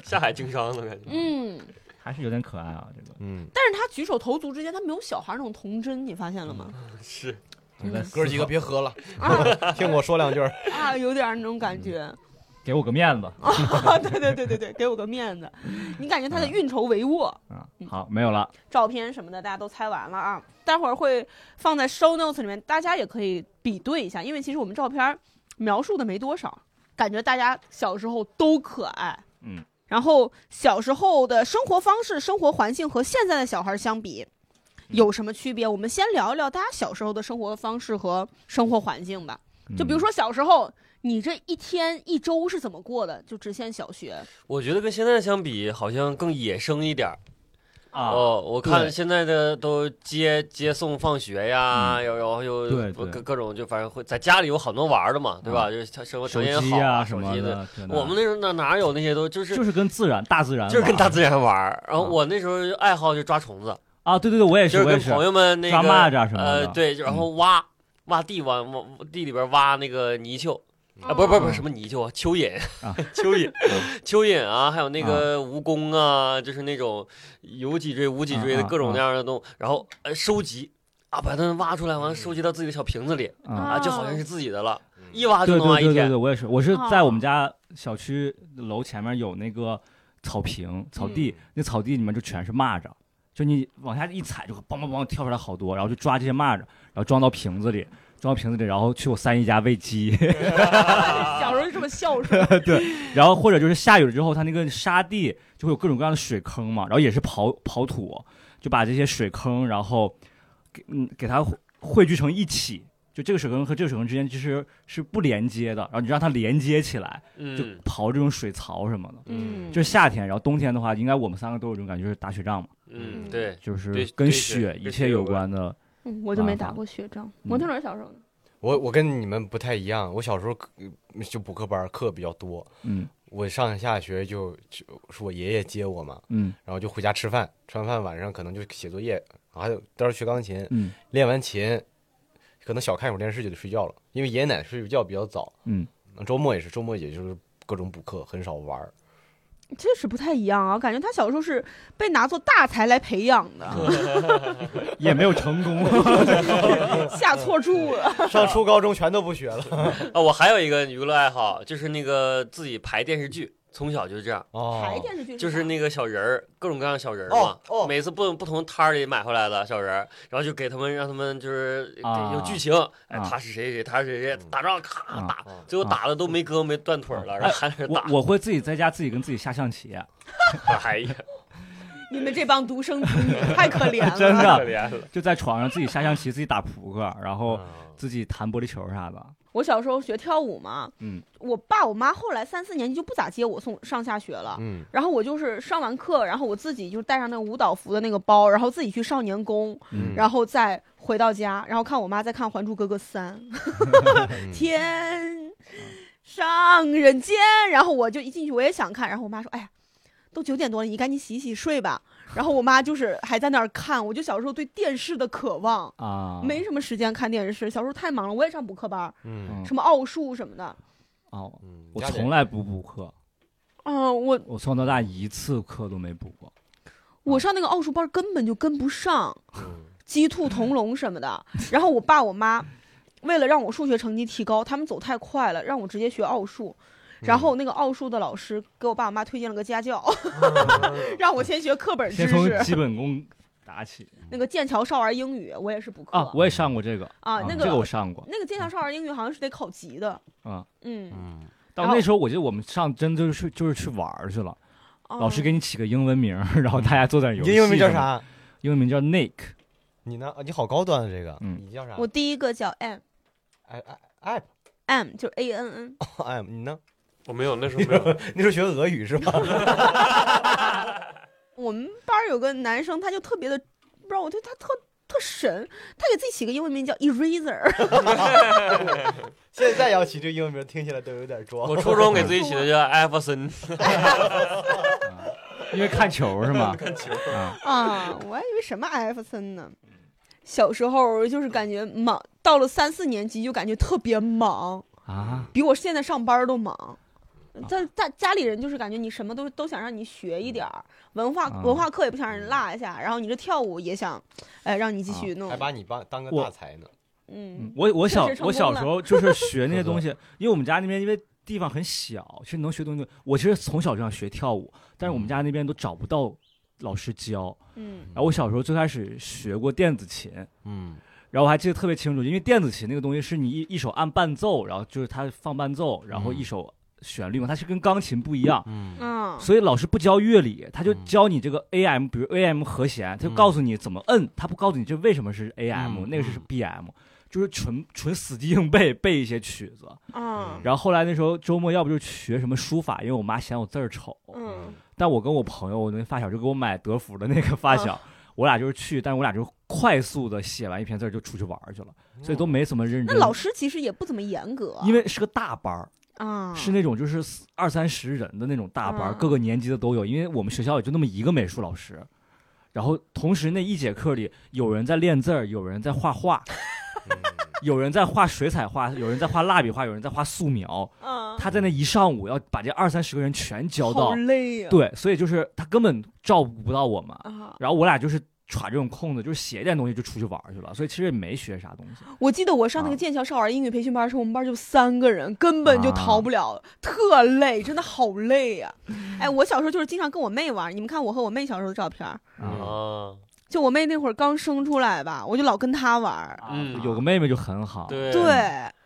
下海经商的感觉。嗯，还是有点可爱啊，这个嗯，但是他举手投足之间，他没有小孩那种童真，你发现了吗？是嗯我在思考哥几个别喝 了，啊听我说两句儿。啊，有点那种感觉。给我个面子啊， 对对对对对，给我个面子。你感觉他的运筹帷幄，啊，好，没有了，照片什么的大家都猜完了啊，待会儿会放在 show notes 里面，大家也可以比对一下，因为其实我们照片描述的没多少，感觉大家小时候都可爱。嗯，然后小时候的生活方式、生活环境和现在的小孩相比。有什么区别？我们先聊一聊大家小时候的生活方式和生活环境吧。就比如嗯说小时候，你这一天一周是怎么过的？就只限小学。我觉得跟现在相比，好像更野生一点儿啊，哦。我对看现在的都接接送放学呀，有然后嗯又对对各各种就反正会在家里有很多玩儿的嘛，对吧？啊就是他生活条手件机好啊什手么机的。的，真的我们那时候哪哪有那些都就是就是跟自然大自然玩，就是跟大自然玩儿。然后啊我那时候就爱好就抓虫子，啊，对对对，我也，就是是我也跟是，朋友们那个抓蚂蚱啊什么呃的，嗯对，就然后挖挖地挖挖地里边挖那个泥鳅。啊，不是不是不是什么泥鳅啊，蚯蚓哦啊， 蚯蚓，蚯蚓啊，还有那个蜈蚣啊，就是那种有脊椎无脊椎的啊啊各种各样的动物，然后呃收集啊，把它们挖出来，完了收集到自己的小瓶子里啊，啊，就好像是自己的了，一挖啊就对能挖嗯对一对对天对，我也是，我是在哦我们家小区楼前面有那个草坪、草嗯地，那草地里面就全是蚂蚱，就你往下一踩就梆梆梆跳出来好多，然后就抓这些蚂蚱，然后装到瓶子里，装到瓶子里，然后去我三姨家喂 鸡， 小时候就这么孝顺。然后或者就是下雨了之后，它那个沙地就会有各种各样的水坑嘛，然后也是刨刨土，就把这些水坑，然后给嗯给它汇汇聚成一起。就这个水坑和这个水坑之间其实是不连接的，然后你让它连接起来，就嗯刨这种水槽什么的。嗯，就是夏天，然后冬天的话，应该我们三个都有这种感觉，就是打雪仗嘛，嗯，对，就是对跟对雪对一跟切雪有有关的。嗯，我就没打过雪仗。摩天轮小时候呢？我我跟你们不太一样，我小时候课就补课班课比较多，嗯我上下学就就是我爷爷接我嘛，嗯然后就回家吃饭，吃完饭晚上可能就写作业，还有当时学钢琴，嗯练完琴，可能小看一会儿电视就得睡觉了，因为爷爷奶奶睡觉比较早，嗯，周末也是，周末也就是各种补课，很少玩儿。确实不太一样啊，感觉他小时候是被拿作大才来培养的，也没有成功。下错注了。上初高中全都不学了。啊，我还有一个娱乐爱好，就是那个自己排电视剧，从小就这样，哦排电视剧就是啥那个小人儿，各种各样的小人儿嘛哦，哦每次不不同摊儿里买回来的小人儿，然后就给他们让他们就是得啊有剧情，哎，啊他是谁谁，他是谁谁，打仗咔啊打啊，最后啊打的都没胳膊没断腿儿了，哎然后还是我打，我会自己在家自己跟自己下象棋， 哎呀，你们这帮独生子女太可怜了，真太可的怜了。就在床上自己下象棋，自己打扑克，然后啊自己弹玻璃球啥的。我小时候学跳舞嘛，嗯，我爸我妈后来三四年级就不咋接我送上下学了。嗯，然后我就是上完课，然后我自己就带上那个舞蹈服的那个包，然后自己去少年宫，嗯然后再回到家，然后看我妈在看《还珠格格三》， 嗯天上人间，然后我就一进去我也想看，然后我妈说：“哎呀，都九点多了，你赶紧洗洗睡吧。”然后我妈就是还在那儿看，我就小时候对电视的渴望，啊，没什么时间看电视，小时候太忙了，我也上补课班儿，嗯嗯什么奥数什么的。哦，嗯，我家里从来不补课，嗯，我我从小到大一次课都没补过。啊我上那个奥数班根本就跟不上，嗯鸡兔同笼什么的。然后我爸我妈为了让我数学成绩提高，他们走太快了，让我直接学奥数。然嗯后那个奥数的老师给我爸我妈推荐了个家教， 让我先学课本知先从识。基本功打起那个剑桥少儿英语我也是补课啊，我也上过这个啊那个这个我上过那个剑桥少儿英语好像是得考级的，啊。嗯，嗯但然后那时候我记得我们上真就是去就是去玩儿去了，老师啊给你起个英文名儿，然后大家做点游戏。英文名叫？啥？英文名叫 Nick，你呢？啊你好高端啊，这个，嗯你叫啥？我第一个叫 M 哎哎 app M 就是 A N N， app，你呢？ 我没有，那时候没有。那时候学俄语是吧？ 我们班儿有个男生，他就特别的，不知道我对他特特神，他给自己起个英文名叫 Eraser，现在要起这英文名，听起来都有点装。 我初中给自己起 的叫艾弗森，因为看球 是吗？看球啊， 啊，我还以为什么艾弗森呢。嗯小时候就是感觉忙，到了三四年级就感觉特别忙，啊，比我现在上班儿都忙。但但家里人就是感觉你什么都都想让你学一点儿，文化啊文化课也不想让人落下，然后你这跳舞也想，哎，让你啊继续弄还。把你帮当个我大才呢。嗯嗯，我我小确实成功我小时候就是学 那些东西，因为我们家那边因为地方很小，其实能学东西。我其实从小就想学跳舞，但是嗯我们家那边都找不到老师教。嗯然后我小时候最开始学过电子琴，嗯然后我还记得特别清楚，因为电子琴那个东西是你一一手按伴奏，然后就是它放伴奏，然后嗯一手旋律嘛，它是跟钢琴不一样。嗯嗯，所以老师不教乐理，他就嗯教你这个 A M，比如 A M 和弦，他就嗯告诉你怎么摁，他不告诉你这为什么是 A M，、嗯那个是嗯 B M，就是纯纯死记硬背 背一些曲子。嗯然后后来那时候周末要不就学什么书法，因为我妈嫌我字儿丑，嗯但我跟我朋友我那发小就给我买德芙的那个发啊小，我俩就是去，但我俩就快速的写完一篇字儿就出去玩儿去了，所嗯以都没怎么认真。哦那老师其实也不怎么严格，因为是个大班儿，啊是那种就是四二三十人的那种大班儿，嗯各个年级的都有。因为我们学校也就那么一个美术老师，然后同时那一节课里有人在练字儿，有人在画画，有人在画水彩画，有人在画蜡笔画，有人在画素描。嗯他在那一上午要把这二三十个人全教好到，累哦呀、对，所以就是他根本照顾不到我们。啊！然后我俩就是耍这种空子，就是写一点东西就出去玩儿去了，所以其实也没学啥东西。我记得我上那个啊剑桥少儿英语培训班的时候，我们班就三个人，根本就逃不啊了，特累，真的好累呀、嗯哎，我小时候就是经常跟我妹玩，你们看我和我妹小时候的照片儿，嗯啊，就我妹那会儿刚生出来吧，我就老跟她玩儿。嗯啊有个妹妹就很好，对对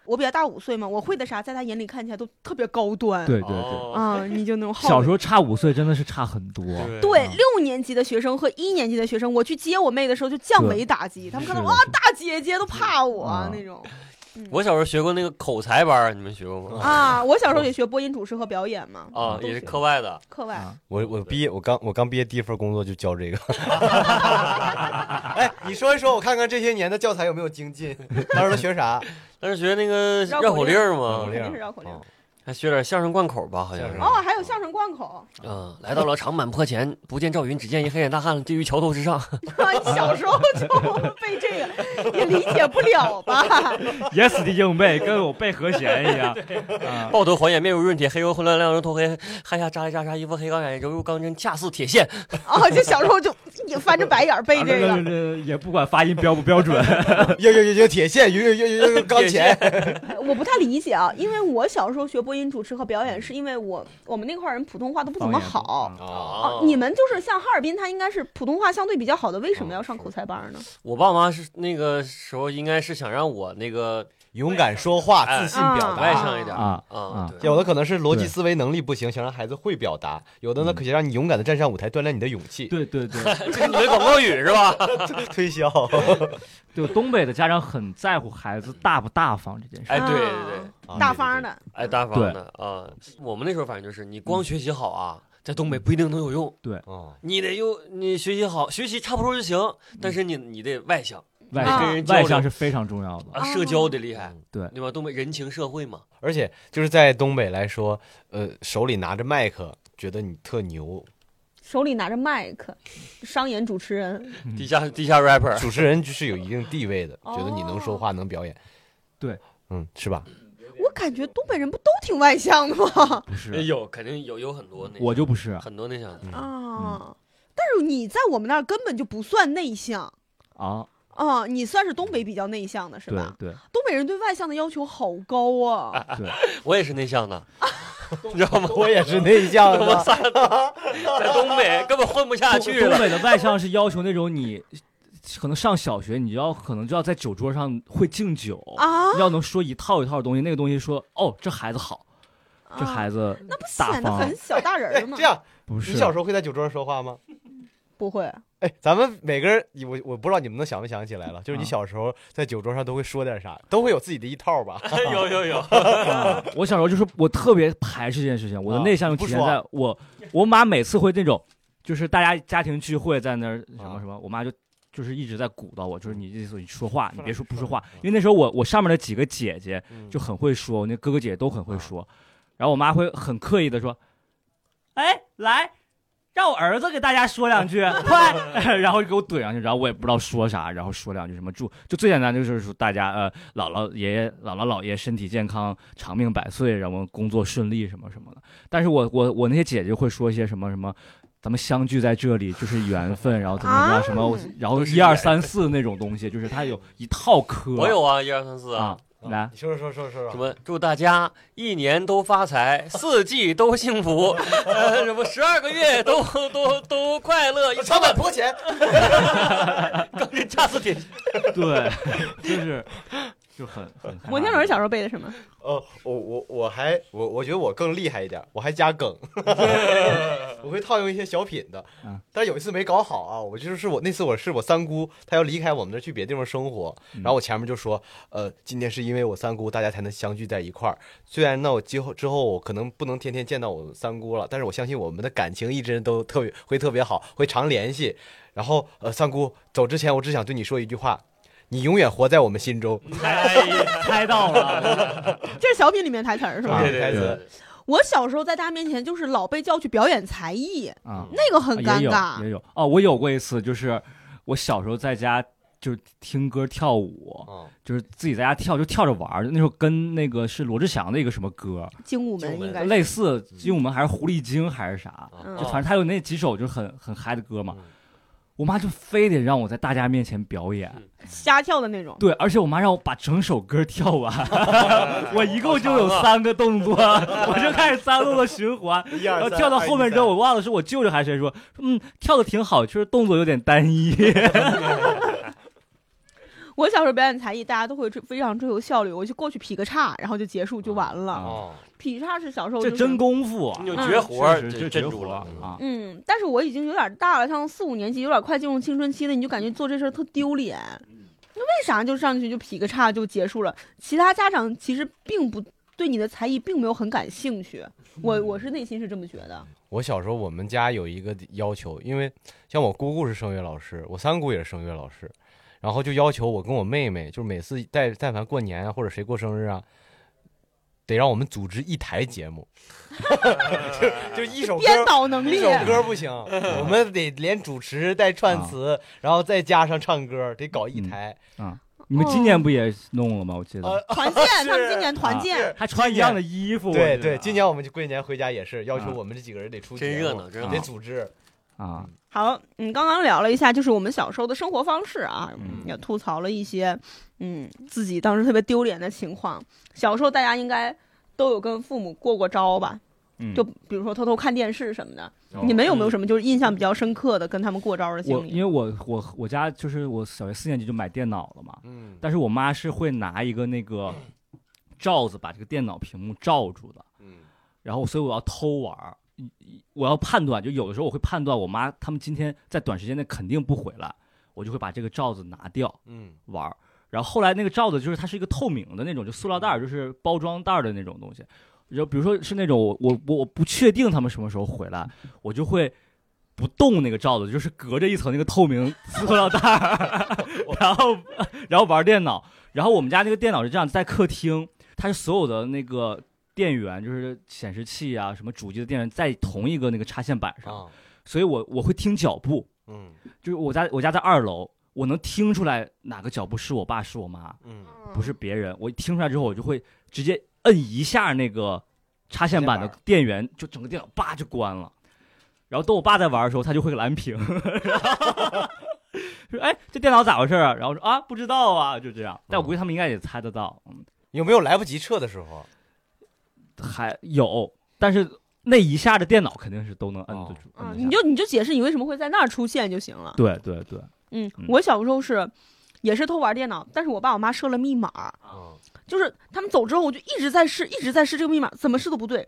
我比她大五岁嘛，我会的啥，在她眼里看起来都特别高端。对对对，哦啊，你就那种好小时候差五岁真的是差很多。对对嗯六年级的学生和一年级的学生，我去接我妹的时候就降维打击，他们看到是哇的是大姐姐都怕我、啊那种。嗯我小时候学过那个口才班儿，你们学过嗯吗？啊，我哦小时候也学播音主持和表演嘛，啊，都也是学课外的。课外。啊我我毕业，我刚我刚毕业第一份工作就教这个。哎，你说一说，我看看这些年的教材有没有精进？当时都学啥？当时学那个绕绕口口令令儿绕口嘛肯令，定是绕口令哦还学点相声贯口吧，好像是。相声哦，还有相声贯口，嗯，来到了长坂坡前，不见赵云，只见一黑脸大汉立于桥头之上。啊小时候就被这个也理解不了吧？也死记硬背，跟我背和弦 一样。啊， 抱头还眼，面如润铁，黑油混乱，亮如头黑，汗下扎来扎扎，一副黑钢眼，柔如钢针，恰似铁线。哦，就小时候就也翻着白眼儿啊背这个。也不管发音标不标准。又又又又铁线，又又又又又钢琴，我不太理解啊，因为我小时候学播音主持和表演，是因为我我们那块儿人普通话都 不怎么好。嗯哦，啊，你们就是像哈尔滨，他应该是普通话相对比较好的，为什哦么要上口才班呢？我爸妈是那个时候应该是想让我那个 勇敢说话，哎自信表啊外达。向一点啊啊啊，对 有的可能嗯是逻辑思维能力不行，想让孩子会表达；有的呢，可以让你勇敢的站上舞台，锻炼你的勇气。对对对， 这是你的广告语是 吧？推销，就东北的家长很在乎孩子大不大方这件事。哎，对对对，啊大方，的，哎，大方的啊。我们那时候反正就是，你光学习好啊，在东北不一定能有用。对对哦，你得有你学习好，学习差不多就行，但是你你得外向外跟向人交流外向是非常重要的。啊，社交得厉嗯害，对对吧？东北人情社会嘛，而且就是在东北来说，呃，手里拿着麦克，觉得你特牛，手里拿着麦克，商演主持人。地下地下 rapper，主持人就是有一定地位的，哦觉得你能说话能表演。对，嗯，是吧？我感觉东北人不都挺外向的吗？不哎是，有肯定有有很多那我就不是很多那啥嗯的，啊，但是你在我们那儿根本就不算内向啊，啊，你算是东北比较内向的是对吧？对东北人对外向的要求好高啊！对，我也是内向的，你知道吗？我 也是内向我的，仨在东北根本混不下去东了。北的外向是要求那种你可能上小学，你要可能就要在酒桌上会敬酒，啊，要能说一套一套的东西，那个东西说哦，这孩子好，这孩子子啊那不大显得方啊很小大人哎儿吗 这？样，不你是小时候会在酒桌上说话吗？不会，哎，咱们每个人，我我不知道你们能想没想起来了，就是你啊小时候在酒桌上都会说点啥，都会有自己的一套吧？有有有，啊我小时候就是我特别排斥这件事情，我的内向就体现啊在你我，我妈每次会那种，就是大家家庭聚会在那儿什么什么，我妈就就是一直在鼓捣我，就是你意思你说话，你别说不说嗯话，因为那时候我我上面的几个姐姐就很会说，我那哥哥姐姐都很会说，然后我妈会很刻意的说，哎来。让我儿子给大家说两句，快！ 然后就给我怼上去，然后我也不知道说啥，然后说两句什么祝，就最简单就是说大家呃姥姥爷爷姥姥姥爷身体健康，长命百岁，然后工作顺利什么什么的。但是我我我那些姐姐会说一些什么什么，咱们相聚在这里就是缘分，然后怎么怎么样什么，然后都是一二三四那种东西，就是它有一套科。我有啊，一二三四啊啊。，来你说说说啊说什说，么？祝大家一年都发财，四季都幸福，呃，什么十二个月都都都快乐，一长坂坡前，下次点 对，就是就很很。摩天轮小时候背的什么？哦，我我我还我我觉得我更厉害一点，我还加梗， 我会套用一些小品的嗯。但是有一次没搞好啊，我就是是我那次我是我三姑，她要离开我们这儿去别地方生活，嗯然后我前面就说，呃，今天是因为我三姑，大家才能相聚在一块儿。虽然呢，我今后之后我可能不能天天见到我三姑了，但是我相信我们的感情一直都特别会特别好，会常联系。然后呃，三姑走之前，我只想对你说一句话。你永远活在我们心中。猜猜到了， 这是小品里面台词儿是吧啊？对对对对，我小时候在大家面前就是老被叫去表演才艺，啊，那个很啊尴也有尬。也有哦，我有过一次，就是我小时候在家就是听歌跳舞，嗯，就是自己在家跳，就跳着玩儿。那时候跟那个是罗志祥的一个什么歌，精武精武门门应该是类似因为我们还是狐狸精还是啥，嗯就哦反正他有那几首就是很很嗨的歌嘛嗯。我妈就非得让我在大家面前表演，瞎跳的那种。对，而且我妈让我把整首歌跳 完，我一共就有三个动作，我就开始三个动作循环，一二然后呃跳到后面之后，我忘了是我舅舅还是谁说，嗯，跳的挺好，就是动作有点 单一。我小时候表演才艺，大家都会追非常追求效率，我就过去劈个叉，然后就结束就完了。哦，劈叉是小时候啊这就是真功夫啊，你有嗯绝活儿，确实这就镇绝住活了。儿啊。嗯，但是我已经有点大了，像四五年级，有点快进入青春期了，你就感觉做这事儿特丢脸。嗯那为啥就上去就劈个叉就结束了？其他家长其实并不对你的才艺并没有很感兴趣，我我是内心是这么觉得。我小时候我们家有一个要求，因为像我姑姑是声乐老师，我三姑也是声乐老师，然后就要求我跟我妹妹，就是每次但但凡过年啊或者谁过生日啊，得让我们组织一台节目， 就就一首歌编导能一力首歌不行，我们得连主持带串啊词，然后再加上唱歌，得搞嗯一台。你们今年不哦也弄了吗？我记得呃团建，是他们今年啊团建，还穿一样的衣服。我对记得啊对，今年我们就过年回家也是要求我们这几个人得出真节热目闹真热得闹组织。啊，好，嗯，刚刚聊了一下，就是我们小时候的生活方式啊，嗯也吐槽了一些，嗯，自己当时特别丢脸的情况。小时候大家应该都有跟父母过过招吧？嗯就比如说偷偷看电视什么的，哦你们有没有什么就是印象比较深刻的跟他们过招的经我因历？为我我我家就是我小学四年级就买电脑了嘛，嗯但是我妈是会拿一个那个罩子把这个电脑屏幕罩住的，嗯然后所以我要偷玩儿，一一我要判断，就有的时候我会判断我妈他们今天在短时间内肯定不回来，我就会把这个罩子拿掉嗯玩儿。然后后来那个罩子就是它是一个透明的那种，就塑料袋儿，就是包装袋儿的那种东西。然后比如说是那种我我我我不确定他们什么时候回来，我就会不动那个罩子，就是隔着一层那个透明塑料袋儿，然后然后玩电脑。然后我们家那个电脑是这样，在客厅，它是所有的那个电源，就是显示器啊，什么主机的电源，在同一个那个插线板上，啊所以我我会听脚步，嗯就是我家我家在二楼，我能听出来哪个脚步是我爸是我妈，嗯不是别人。我一听出来之后，我就会直接摁一下那个插线板的插线电源，就整个电脑叭就关了。然后等我爸在玩的时候，他就会蓝屏， 说：“哎，这电脑咋回事啊？”然后我说：“啊，不知道啊。”就这样。但我估计他们应该也猜得到，嗯有没有来不及撤的时候？还有，但是那一下的电脑肯定是都能摁得住。啊，摁得你下就你就解释你为什么会在那儿出现就行了。嗯对对对，嗯嗯，我小时候是也是偷玩电脑，但是我爸我妈设了密码，嗯就是他们走之后，我就一直在试，一直在试这个密码，怎么试都不对。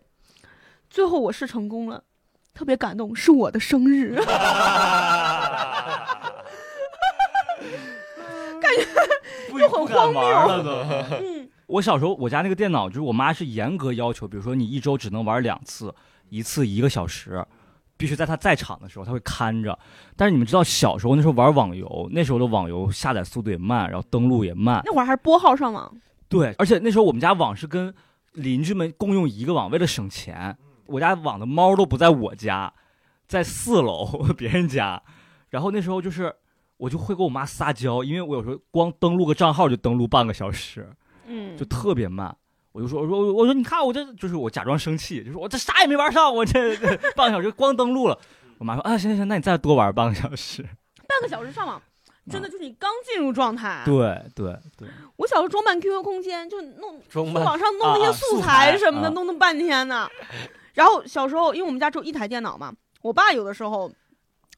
最后我试成功了，特别感动，是我的生 日，不就很荒谬。都。 嗯， 我小时候我家那个电脑，就是我妈是严格要求，比如说你一周只能玩两次，一次一个小时，必须在她在场的时候，她会看着。但是你们知道，小时候那时候玩网游，那时候的网游下载速度也慢，然后登录也慢，那会儿还是拨号上网，对，而且那时候我们家网是跟邻居们共用一个网，为了省钱，我家网的猫都不在我家，在四楼 别人家。然后那时候就是我就会跟我妈撒娇，因为我有时候光登录个账号就登录半个小时，嗯就特别慢。我就说，我说，我说，你看我这就是我假装生气，就说我这啥也没玩上，我这 这半个小时光登录了。我妈说啊，行行行，那你再多玩半个小时。半个小时上网。真的就是你刚进入状态。啊嗯对对对，我小时候装扮 QQ 空间，就弄中 网吧，上弄那啊啊些素素材什么的，啊弄那么半天呢。然后小时候，因为我们家只有一台电脑嘛，我爸有的时候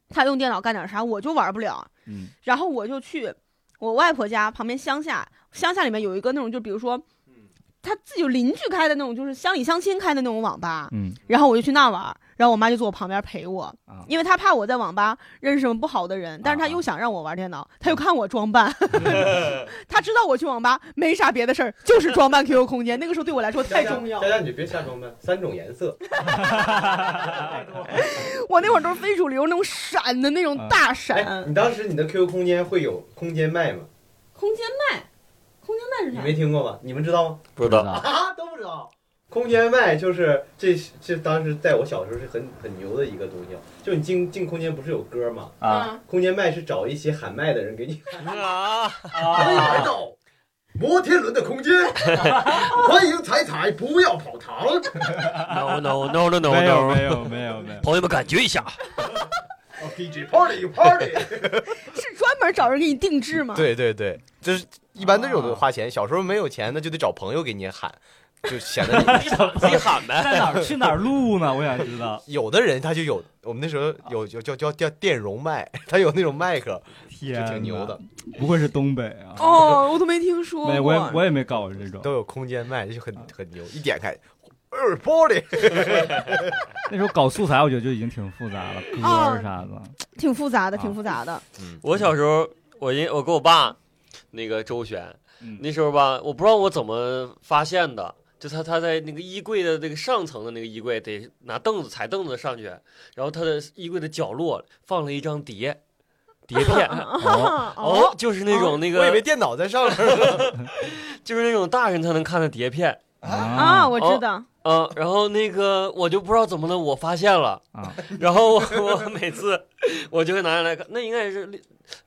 他用电脑干点啥，我就玩不了。嗯然后我就去我外婆家旁边乡下，乡下里面有一个那种，就比如说，他自己有邻居开的那种，就是乡里乡亲开的那种网吧。嗯然后我就去那玩儿，然后我妈就坐我旁边陪我，啊，因为她怕我在网吧认识什么不好的人，但是她啊又想让我玩电脑，她又看我装 扮， 她知道我去网吧没啥别的事儿，就是装扮 QQ 空间，那个时候对我来说太重 要了。家你就别瞎装扮，三种颜色。哎我那会儿都是非主流那种闪的那种啊大闪，你当时你的 QQ 空间会有空间麦吗？空间麦，空间麦是你啥？没听过吧？你们知道吗？不知道，啊，都不知道。空间麦就是这这当时在我小时候是很很牛的一个东西，啊就你进进空间不是有歌吗？啊空间麦是找一些喊麦的人给你 啊，来到摩天轮的空间，欢迎彩彩不要跑堂。啊 No no no no no 没有 no！没有没有没有，朋友们感觉 一下， DJ party party，是专门找人给你定制吗？对对对，就是一般都有的花啊钱，小时候没有钱那就得找朋友给你喊，就 显得你自己喊呗。在哪儿去哪儿录呢？我想知道。有的人他就有，我们那时候有有叫叫叫电容麦， 他有那种麦克，就 天呐挺牛的，，不愧是东北啊！哦，我都没听说没，过。我也我也没搞过这种。都有空间麦，就很很牛，一点开，呃，玻璃，那时候搞素材，我觉得就已经挺复杂了，歌啊儿啥的。挺复杂的，啊挺复杂的。。我嗯小时候，我因我跟我爸那个周旋，嗯那时候吧，我不知道我怎么发现的，就他他在那个衣柜的那个上层的那个衣柜，得拿凳子踩凳子上去，然后他的衣柜的角落放了一张碟，碟片哦，啊哦，，就是那种那啊我以为个，电脑在上面。 就是那种大人才能看的碟片，啊，啊我知道，嗯，然后那个我就不知道怎么了，我发现了，啊！然后我我每次 我就会拿下来看，那应该是六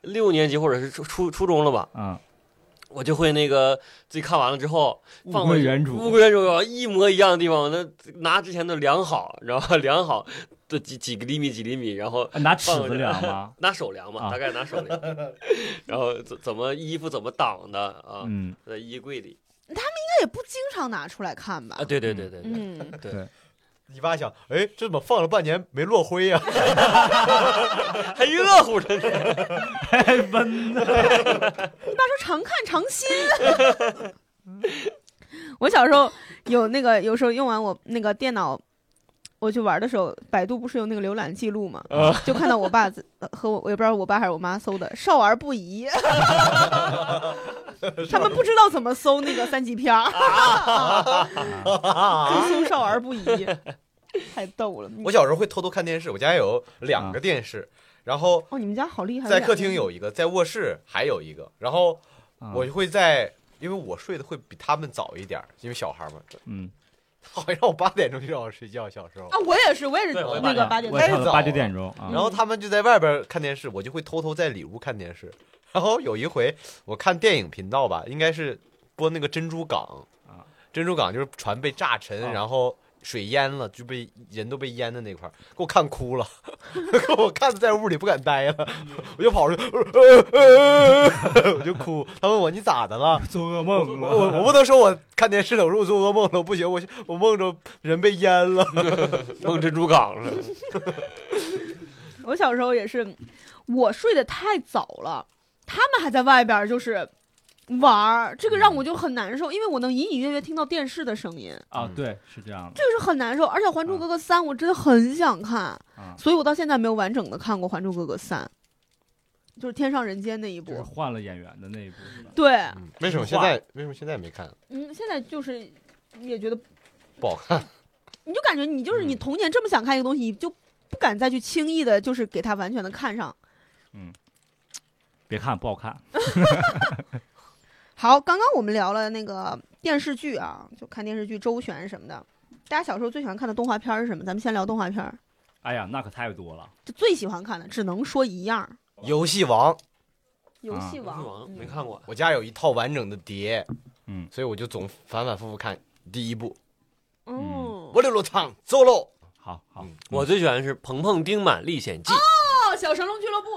六年级或者是初初初中了吧，啊，我就会那个自己看完了之后物放回归去原物主归原主一模一样的地方，我那拿之前的量好，然后 量好的几几个厘米几厘米，然后啊拿尺子量吗？拿手量嘛，啊大概拿手 量，然后怎怎么衣服怎么挡的啊， 嗯，在衣柜里那也不经常拿出来看吧啊，？对对对对对，嗯，你爸想，哎，这怎么放了半年没落灰啊呀、还热乎着 呢，你爸说常看常新。 我小时候有那个，有时候用完我那个电脑，我去玩的时候，百度不是有那个浏览记录嘛，啊就看到我爸自呃 和我，我也不知道我爸还是我妈搜的“少儿不 宜”， 他们不知道怎么搜那个三级片儿，啊就搜“少儿不 宜”，太逗了。啊我小时候会偷偷看电视，我家有两个电视，然后哦，你们家好厉害，在客厅有一个，在卧室还有一个，然后啊我就会在，因为我睡的会比他们早一点儿，因为小孩儿嘛，嗯，好像我八点钟就让我睡觉，小时候。啊，我也是，我也是对我也那个八八点点我多也太差不早多八九了点钟啊然后他们就在外边看电视，我就会偷偷在里屋看电视。然后有一回我看电影频道吧，应该是播那个珍珠港啊，珍珠港就是船被炸沉，啊然后水淹了，就被人都被淹的那块儿，给我看哭了，给我看的在屋里不敢待了，我就跑出去，呃呃呃我就哭。他问我你咋的了？做噩我梦啊我我不能说我看电视了，我说我做噩梦了，不行，我我梦着人被淹了。梦珍珠港了，我小时候也是，我睡得太早了，他们还在外边儿就是玩儿，这个让我就很难受，因为我能隐隐约约听到电视的声音，啊嗯，对，是这样的这个是很难受。而且《还珠格格三》我真的很想看，啊，所以我到现在没有完整的看过《还珠格格三》，就是天上人间那一就是部。换了演员的那一部是吧？对，为什么现在为什么现在没看？嗯，现在就是也觉得不好看，你就感觉你就是你嗯童年这么想看一个东西，你就不敢再去轻易的，就是给它完全的看上。别看不好看，好，刚刚我们聊了那个电视剧啊，就看电视剧周旋什么的。大家小时候最喜欢看的动画片儿是什么？咱们先聊动画片儿，哎呀，那可太多了。就最喜欢看的，只能说一样儿，游戏王。 《游啊戏王王》嗯没看过，我家有一套完整的碟，嗯所以我就总反反复复看第一部。嗯。哦我，溜溜趟走喽，好好嗯，我最喜欢是《鹏鹏丁满历险记》，哦《小神龙俱乐部》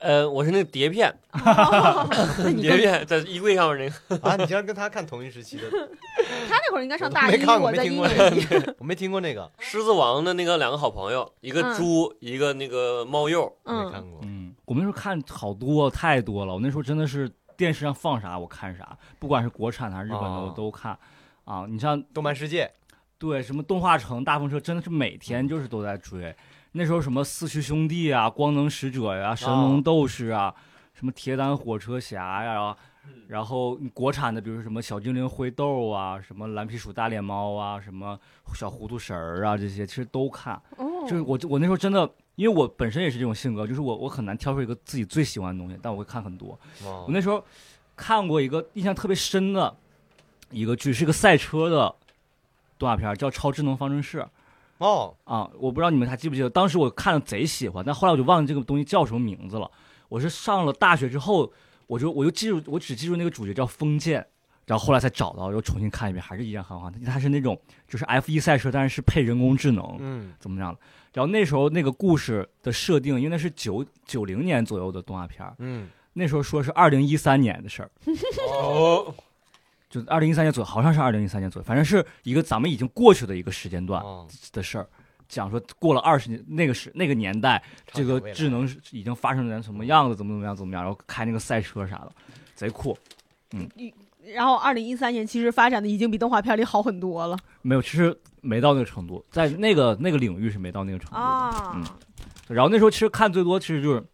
呃，我是那个碟片，哦， 那你碟跟片在衣柜上面那个，啊！你竟然跟他看同一时期的， 他那会儿应该上大我都一，没看过我在没一听 过年级。我没听过那个，狮子王的那个两个好朋友，一个嗯猪，一个那个猫鼬，没嗯，看过。嗯，我们那时候看好多太多了，我那时候真的是电视上放啥我看啥，不管是国产的还是日本的哦我都看。啊，你像动漫世界对什么动画城、大风车，真的是每天就是都在追。那时候什么四驱兄弟啊、光能使者呀、神龙斗士啊、什么铁胆火车侠呀，然后国产的，比如说什么小精灵灰豆啊、什么蓝皮鼠大脸猫啊、什么小糊涂神儿啊，这些其实都看。哦，就是我我那时候真的，因为我本身也是这种性格，就是我我很难挑出一个自己最喜欢的东西，但我会看很多。哦我那时候看过一个印象特别深的一个剧，是个赛车的动画片儿，叫《超智能方程式》哦，啊。我不知道你们还记不记得，当时我看了贼喜欢，但后来我就忘记这个东西叫什么名字了。我是上了大学之后，我就我就记住，我只记住那个主角叫封建。然后后来才找到，又重新看一遍，还是依然很好看。它是那种就是 F 1赛车，但是是配人工智能，嗯，怎么样的。然后那时候那个故事的设定，因为那是九九零年左右的动画片儿，嗯，那时候说是二零一三年的事儿，哦，就二零一三年左右，好像是二零一三年左右，反正是一个咱们已经过去的一个时间段哦的事儿。讲说过了二十年，那个时那个年代，这个智，能是已经发生成什么样子，怎么怎么样，怎么样，然后开那个赛车啥的，贼酷。然后二零一三年其实发展的已经比动画片里好很多了没有，其实没到那个程度，在那个那个领域是没到那个程度的。啊嗯然后那时候其实看最多其实就是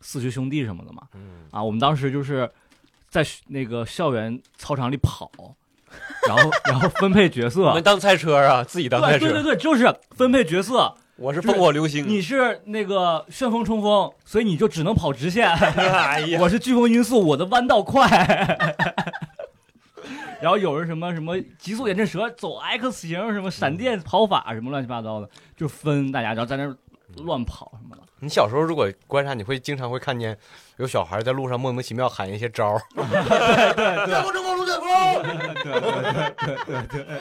四驱兄弟什么的嘛，嗯，啊，我们当时就是在学那个校园操场里跑，然后然后分配角我色们，当赛车啊，自己当对赛对对车，对，就是分配角色。我是烽火流星，你是那个旋风冲锋，所以你就只能跑直线。 哎呀，我是飓风音速，我的弯道快。 然后有人什么什么极速眼镜蛇走 X 型，什么闪电跑法，什么乱七八糟的，就分大家，然后在那儿乱跑什么的。你小时候如果观察，你会经常会看见有小孩在路上莫名其妙喊一些招 儿，对解放中国，解放！对对对对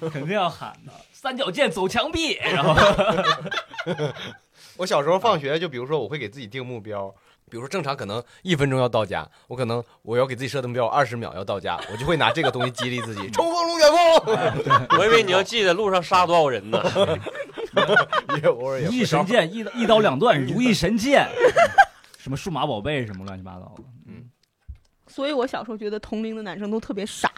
对，肯定要喊的。三角剑走墙壁，然后我小时候放学，就比如说我会给自己定目标，比如说正常可能一分钟要到家，我可能我要给自己设的目标二十秒要到家，我就会拿这个东西激励自 己，冲锋龙卷风。 我以为你要记得路上杀多 少人呢。也偶尔也一啊会神上，剑一一刀两断，如意神剑，什么数码宝贝什么乱七八糟的，所以我小时候觉得同龄的男生都特别傻，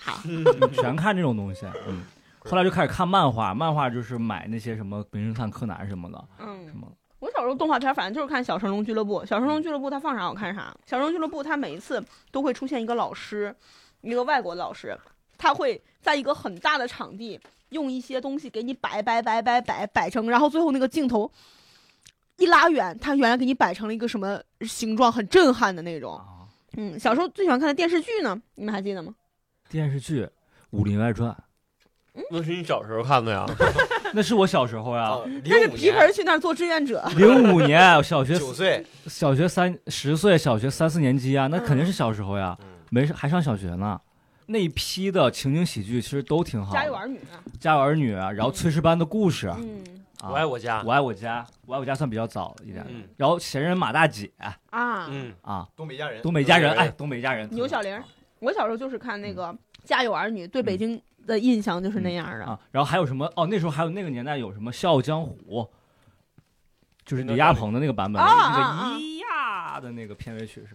全看这种东西。嗯，后来就开始看漫画，漫画就是买那些什么《名侦探柯南》什么的，什嗯。么我小时候动画片，反正就是看《小神龙俱乐部》。《小神龙俱乐部》它放啥我看啥。《小神龙俱乐部》它每一次都会出现一个老师，一个外国老师，他会在一个很大的场地用一些东西给你摆摆摆摆摆摆成，然后最后那个镜头一拉远，他原来给你摆成了一个什么形状，很震撼的那种。啊，嗯，小时候最喜欢看的电视剧呢，你们还记得吗？电视剧《武林外传那是你小时候看的呀？》，那是我小时候哦呀，那是啊零五皮盆年去那儿做志愿者。零五年我小学九岁，小学三十岁，小学三四年级啊，那肯定是小时候呀，嗯没事还上小学呢。那一批的情景喜剧其实都挺好的，家有儿女呢？家有儿女啊，然后炊事班的故事，嗯啊我爱我家。我爱我家，我爱我家算比较早一点的，嗯然后闲人马大姐啊，嗯，啊，东北一家人，东北一家人，东北哎，人东北一家人，牛小嗯玲儿，我小时候就是看那个《家有儿女》，对北京的印象就是那样的。啊，然后还有什么？哦，那时候还有那个年代有什么《笑傲江湖》，就是李亚鹏的那个版本，啊啊那啊个咿呀的那个片尾曲是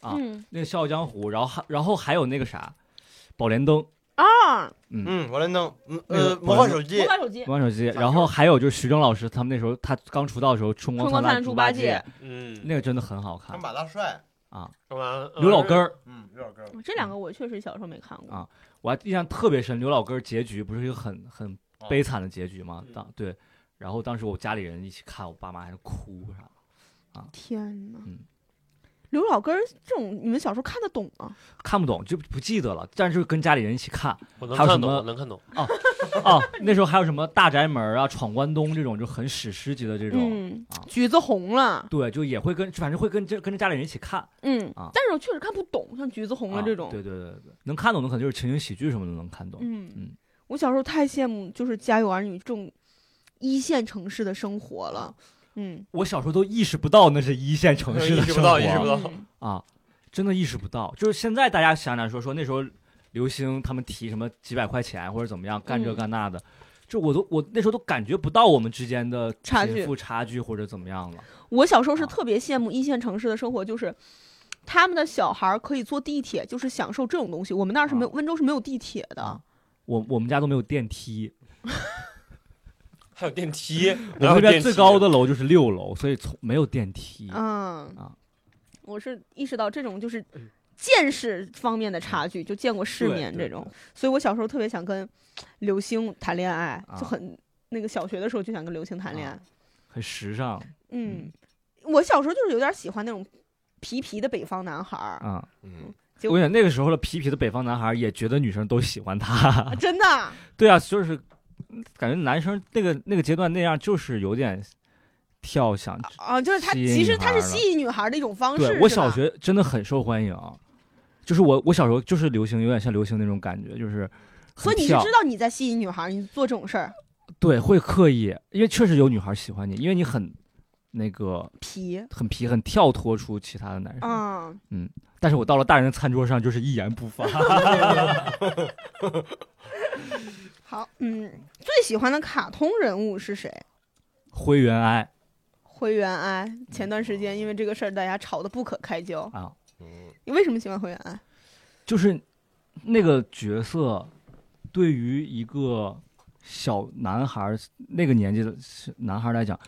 啊嗯那个《笑傲江湖》，然后还然后还有那个啥，《宝莲灯》啊，嗯，我来弄，嗯那个呃，魔幻手魔机，法手机，魔幻手机，然后还有就是徐峥老师他们那时候他刚出道的时候，《春光春光灿灿烂猪猪八八戒戒》嗯，呃那个真的很好看马大帅，啊，干嘛？刘老根儿。嗯，有点哥，这两个我确实小时候没看过。啊我还印象特别深，刘老根儿结局不是一个很很悲惨的结局吗？啊嗯当对，然后当时我家里人一起看，我爸妈还是哭啥的。天哪嗯！刘老根儿这种，你们小时候看得懂吗？看不懂就不记得了，但是跟家里人一起 看我能还有看什懂，么我能看懂。啊。那时候还有什么大宅门啊、闯关东这种就很史诗级的这种，嗯啊，橘子红了，对，就也会跟反正会跟这跟着家里人一起看。嗯啊，但是我确实看不懂，像橘子红了这种啊，对对对对，能看懂的可能就是情景喜剧什么的能看懂。嗯嗯，我小时候太羡慕就是《家有儿女》这种一线城市的生活啊了。嗯，我小时候都意识不到那是一线城市的 意识不生到活意识不到嗯啊，真的意识不到。就是现在大家想想说说那时候流行他们提什么几百块钱或者怎么样干这嗯干那的，就我都我那时候都感觉不到我们之间的差贫距富差距或者怎么样了。我小时候是啊特别羡慕一线城市的生活，就是他们的小孩儿可以坐地铁，就是享受这种东西。我们那儿是没有，啊温州是没有地铁的啊。我我们家都没有电梯，还有电梯， 我哪们那有电梯啊边最高的楼就是六楼，所以从没有电梯。嗯啊，嗯我是意识到这种就是见识方面的差距，就见过世对面对这种。所以我小时候特别想跟刘星谈恋爱，啊就很那个小学的时候就想跟刘星谈恋爱。啊很时尚嗯，我小时候就是有点喜欢那种皮皮的北方男孩儿。啊！嗯，就我想那个时候的皮皮的北方男孩也觉得女生都喜欢他 啊，，真的啊，对啊，就是感觉男生那个那个阶段那样，就是有点跳想。啊就是他，吸引其女实他孩儿是了吸引女孩儿的一种方式。对我是吧小学真的很受欢迎，就是我我小时候就是流行，有点像流行那种感觉，就是所很以你是跳知道你在吸引女孩儿，你做这种事儿对会刻意，因为确实有女孩喜欢你，因为你很那个皮，很皮，很跳脱出其他的男生。嗯，但是我到了大人的餐桌上，就是一言不发。 好，嗯，最喜欢的卡通人物是谁？灰原哀灰原哀。前段时间因为这个事儿，大家吵得不可开交。啊，嗯，你为什么喜欢灰原哀？就是那个角色对于一个小男孩儿那个年纪的男孩儿来讲，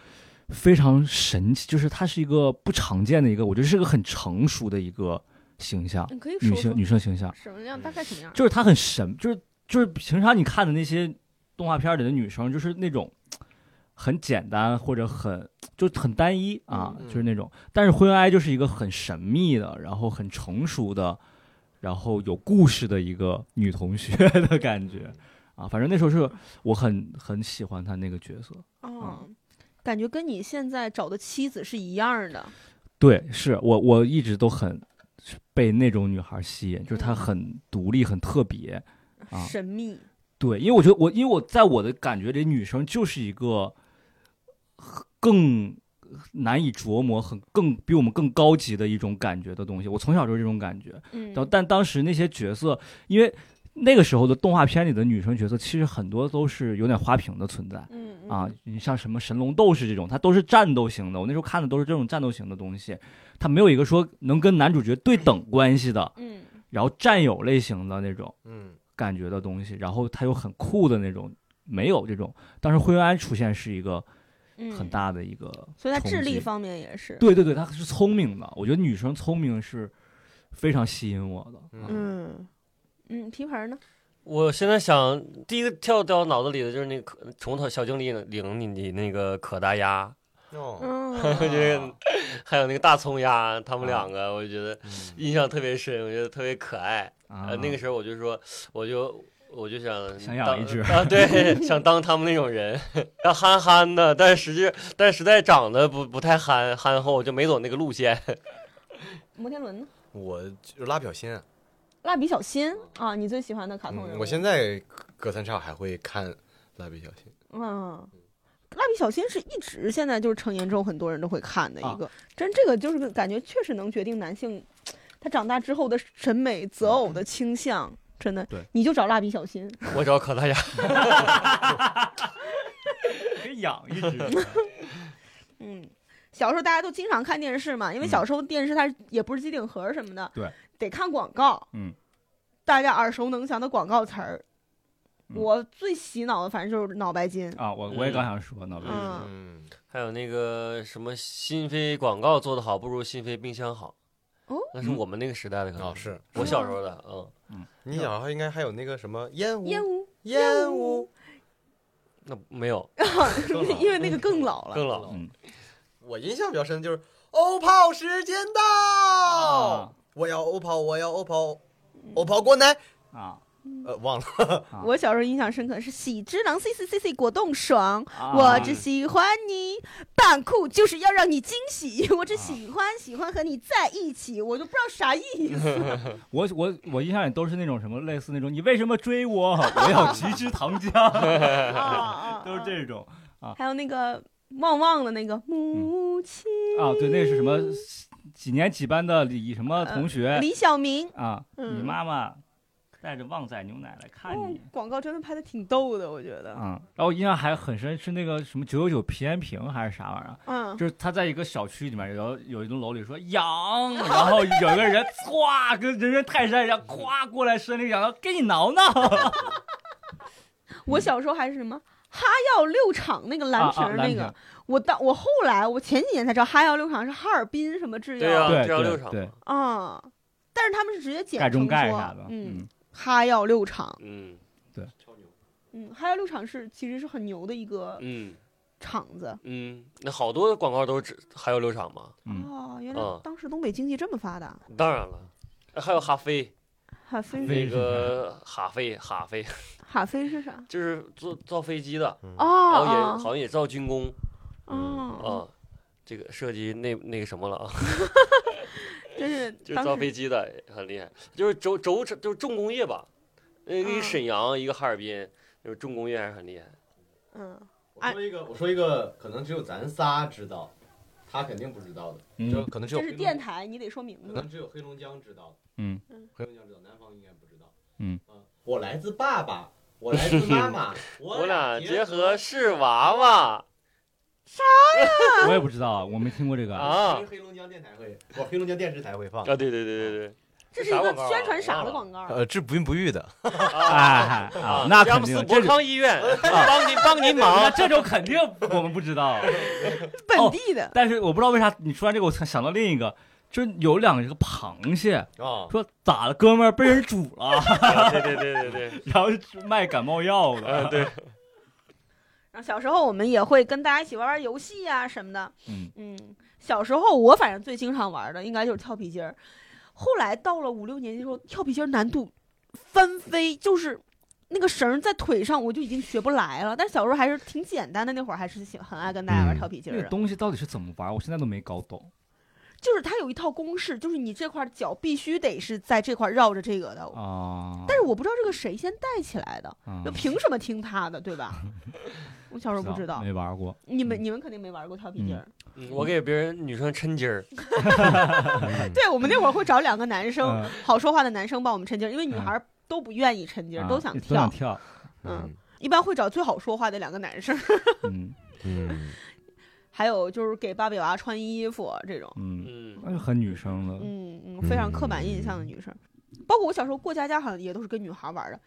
非常神奇，就是他是一个不常见的一个，我觉得是个很成熟的一个形象，嗯你可以女说性说女生形象，什么样，大概什么样？就是他很神，就是就是平常你看的那些动画片儿里的女生，就是那种。很简单，或者很就很单一啊，嗯就是那种。但是灰原哀就是一个很神秘的，然后很成熟的然后有故事的一个女同学的感觉啊。反正那时候是我很很喜欢她那个角色。嗯哦，感觉跟你现在找的妻子是一样的。对，是我我一直都很被那种女孩吸引，就是她很独立、很特别。啊神秘，对，因为我觉得我，因为我在我的感觉里，女生就是一个更难以琢磨、很更比我们更高级的一种感觉的东西。我从小就是这种感觉。嗯然后，但当时那些角色，因为那个时候的动画片里的女生角色，其实很多都是有点花瓶的存在嗯啊。，你像什么神龙斗士这种，它都是战斗型的。我那时候看的都是这种战斗型的东西，它没有一个说能跟男主角对等关系的，嗯然后战友类型的那种。嗯，感觉的东西，然后它又很酷的那种，没有这种。当时灰原哀出现是一个嗯，很，大的一个冲击，所以他智力方面也是，对对对，她是聪明的。我觉得女生聪明是非常吸引我的。啊嗯嗯嗯，皮盆呢？我现在想，第一个跳到脑子里的就是那个可虫头小精灵领你你那个可达鸭，哦，嗯，这个还有那个大葱鸭，他们啊两个，我觉得嗯印象特别深，我觉得特别可爱。啊呃，那个时候我就说，我就我就想想养当一只 啊，对，想当他们那种人， 要憨憨的，但实际但实在长得不不太憨憨厚，就没走那个路线。 摩天轮呢？我就是蜡笔小新啊，蜡笔小新啊，你最喜欢的卡通人嗯物？我现在隔三差五还会看蜡笔小新。嗯。蜡笔小新是一直现在就是成年之后很多人都会看的一啊个，真这个就是感觉确实能决定男性他长大之后的审美择偶的倾向，真的。对，你就找蜡笔小新，我找可达鸭，可以养 一只，嗯，小时候大家都经常看电视嘛，因为嗯小时候电视它也不是机顶盒什么的，对，得看广告。嗯，大家耳熟能详的广告词儿，嗯我最洗脑的反正就是脑白金。啊，我我也刚想说呢，嗯嗯，还有那个什么新飞广告做得好，不如新飞冰箱好。哦，那嗯是我们那个时代的，可能哦，是我小时候的，嗯，你小时候应该还有那个什么烟雾烟雾，烟雾，那没有更 老因为那个更老了。更老。嗯我印象比较深就是欧泡时间到啊，我要欧泡，我要欧泡，欧泡过来。啊呃，忘了，啊我小时候印象深刻是喜之郎 C C C C 果冻爽，啊我只喜欢你，扮酷就是要让你惊喜， 我啊只喜欢喜欢和你在一起，我都不知道啥意 思。我我我印象里都是那种什么类似那种，你为什么追我？我要橘汁糖浆，啊啊 都是这种还有那个旺旺的那个母亲啊。对，那是什么几年几班的李什么同学呃李小明，啊？嗯你妈妈带着旺仔牛奶来看哦你。广告真的拍的挺逗的，我觉得。嗯，然后我印象还很深是那个什么九九九皮炎平还是啥玩意儿，啊嗯，就是他在一个小区里面，然后有一栋楼里说痒，然后有一个人唰跟人人泰山一样，咵过来伸了个痒，给你挠挠， 我小时候还是什么哈药六厂那个蓝嗯啊瓶啊儿那个，蓝我到我后来我前几年才知道哈药六厂是哈尔滨什么制对药啊，对这样对六场嘛，对啊、但是他们是直接简盖中称盖说啥的，嗯嗯，哈药六厂，嗯嗯，哈药六厂是其实是很牛的一个嗯厂子。嗯，那好多广告都只还有六场嘛，嗯哦，原来嗯当时东北经济这么发达，当然了，还有哈飞，哈飞飞是那个哈飞哈飞 哈飞是啥？就是造造飞机的，嗯然后也好哦像也造军工啊、哦，这个涉及那那个什么了啊，真是嗯就是当造时飞机的很厉害，就是轴轴承就是重工业吧，呃一嗯个沈阳一个哈尔滨，就是重工业还是很厉害。嗯，我说一个，我说一个，可能只有咱仨知道，他肯定不知道的，就嗯可能只有这是黑龙电，台，你得说名可字嗯能。只有黑龙江知道，嗯，黑龙江知道，南方应该不知道。嗯啊，我来自爸爸，我来自妈 妈，我我俩结合合是娃娃我也不知道啊，我没听过这个，啊只有黑龙江电台会，我黑龙江电视台会放啊，。对对对对这是一个啥广告啊宣传啥的忘嗯广告啊？呃，治不孕不育的，对啊哎啊，那詹肯姆定斯这啊博是。康医院帮你帮你那 忙，这种肯定我们不知道，本地的。但是我不知道为啥你说完这个，我才想到另一个，就是有两个螃蟹，啊，说咋了，哥们儿被人煮了，啊对对对对对。然后是卖感冒药的。嗯，对，然后小时候我们也会跟大家一起玩玩游戏啊呀、什么的。嗯小时候我反正最经常玩的应该就是跳皮筋儿。后来到了五六年级的时候，跳皮筋儿难度翻飞，就是那个绳儿在腿上，我就已经学不来了。但小时候还是挺简单的，那会儿还是喜很爱跟大家玩嗯跳皮筋那儿啊个的。东西到底是怎么玩？我现在都没搞懂。就是它有一套公式，就是你这块儿脚必须得是在这块儿绕着这个的。啊，哦但是我不知道这个谁先带起来的，就嗯凭什么听他的，对吧？我小时候不知道，没玩过。你们嗯你们肯定没玩过跳皮筋儿。嗯我给别人女生抻筋儿， 对我们那会儿会找两个男生、嗯好说话的男生帮我们抻筋儿，因为女孩儿都不愿意抻筋儿，啊都想都跳想。跳。嗯，一般会找最好说话的两个男生， 嗯嗯，还有就是给芭比娃娃穿衣服这种，嗯，嗯，那就很女生了。嗯嗯，非常刻板印象的女生。包括我小时候过家家，好像也都是跟女孩玩的。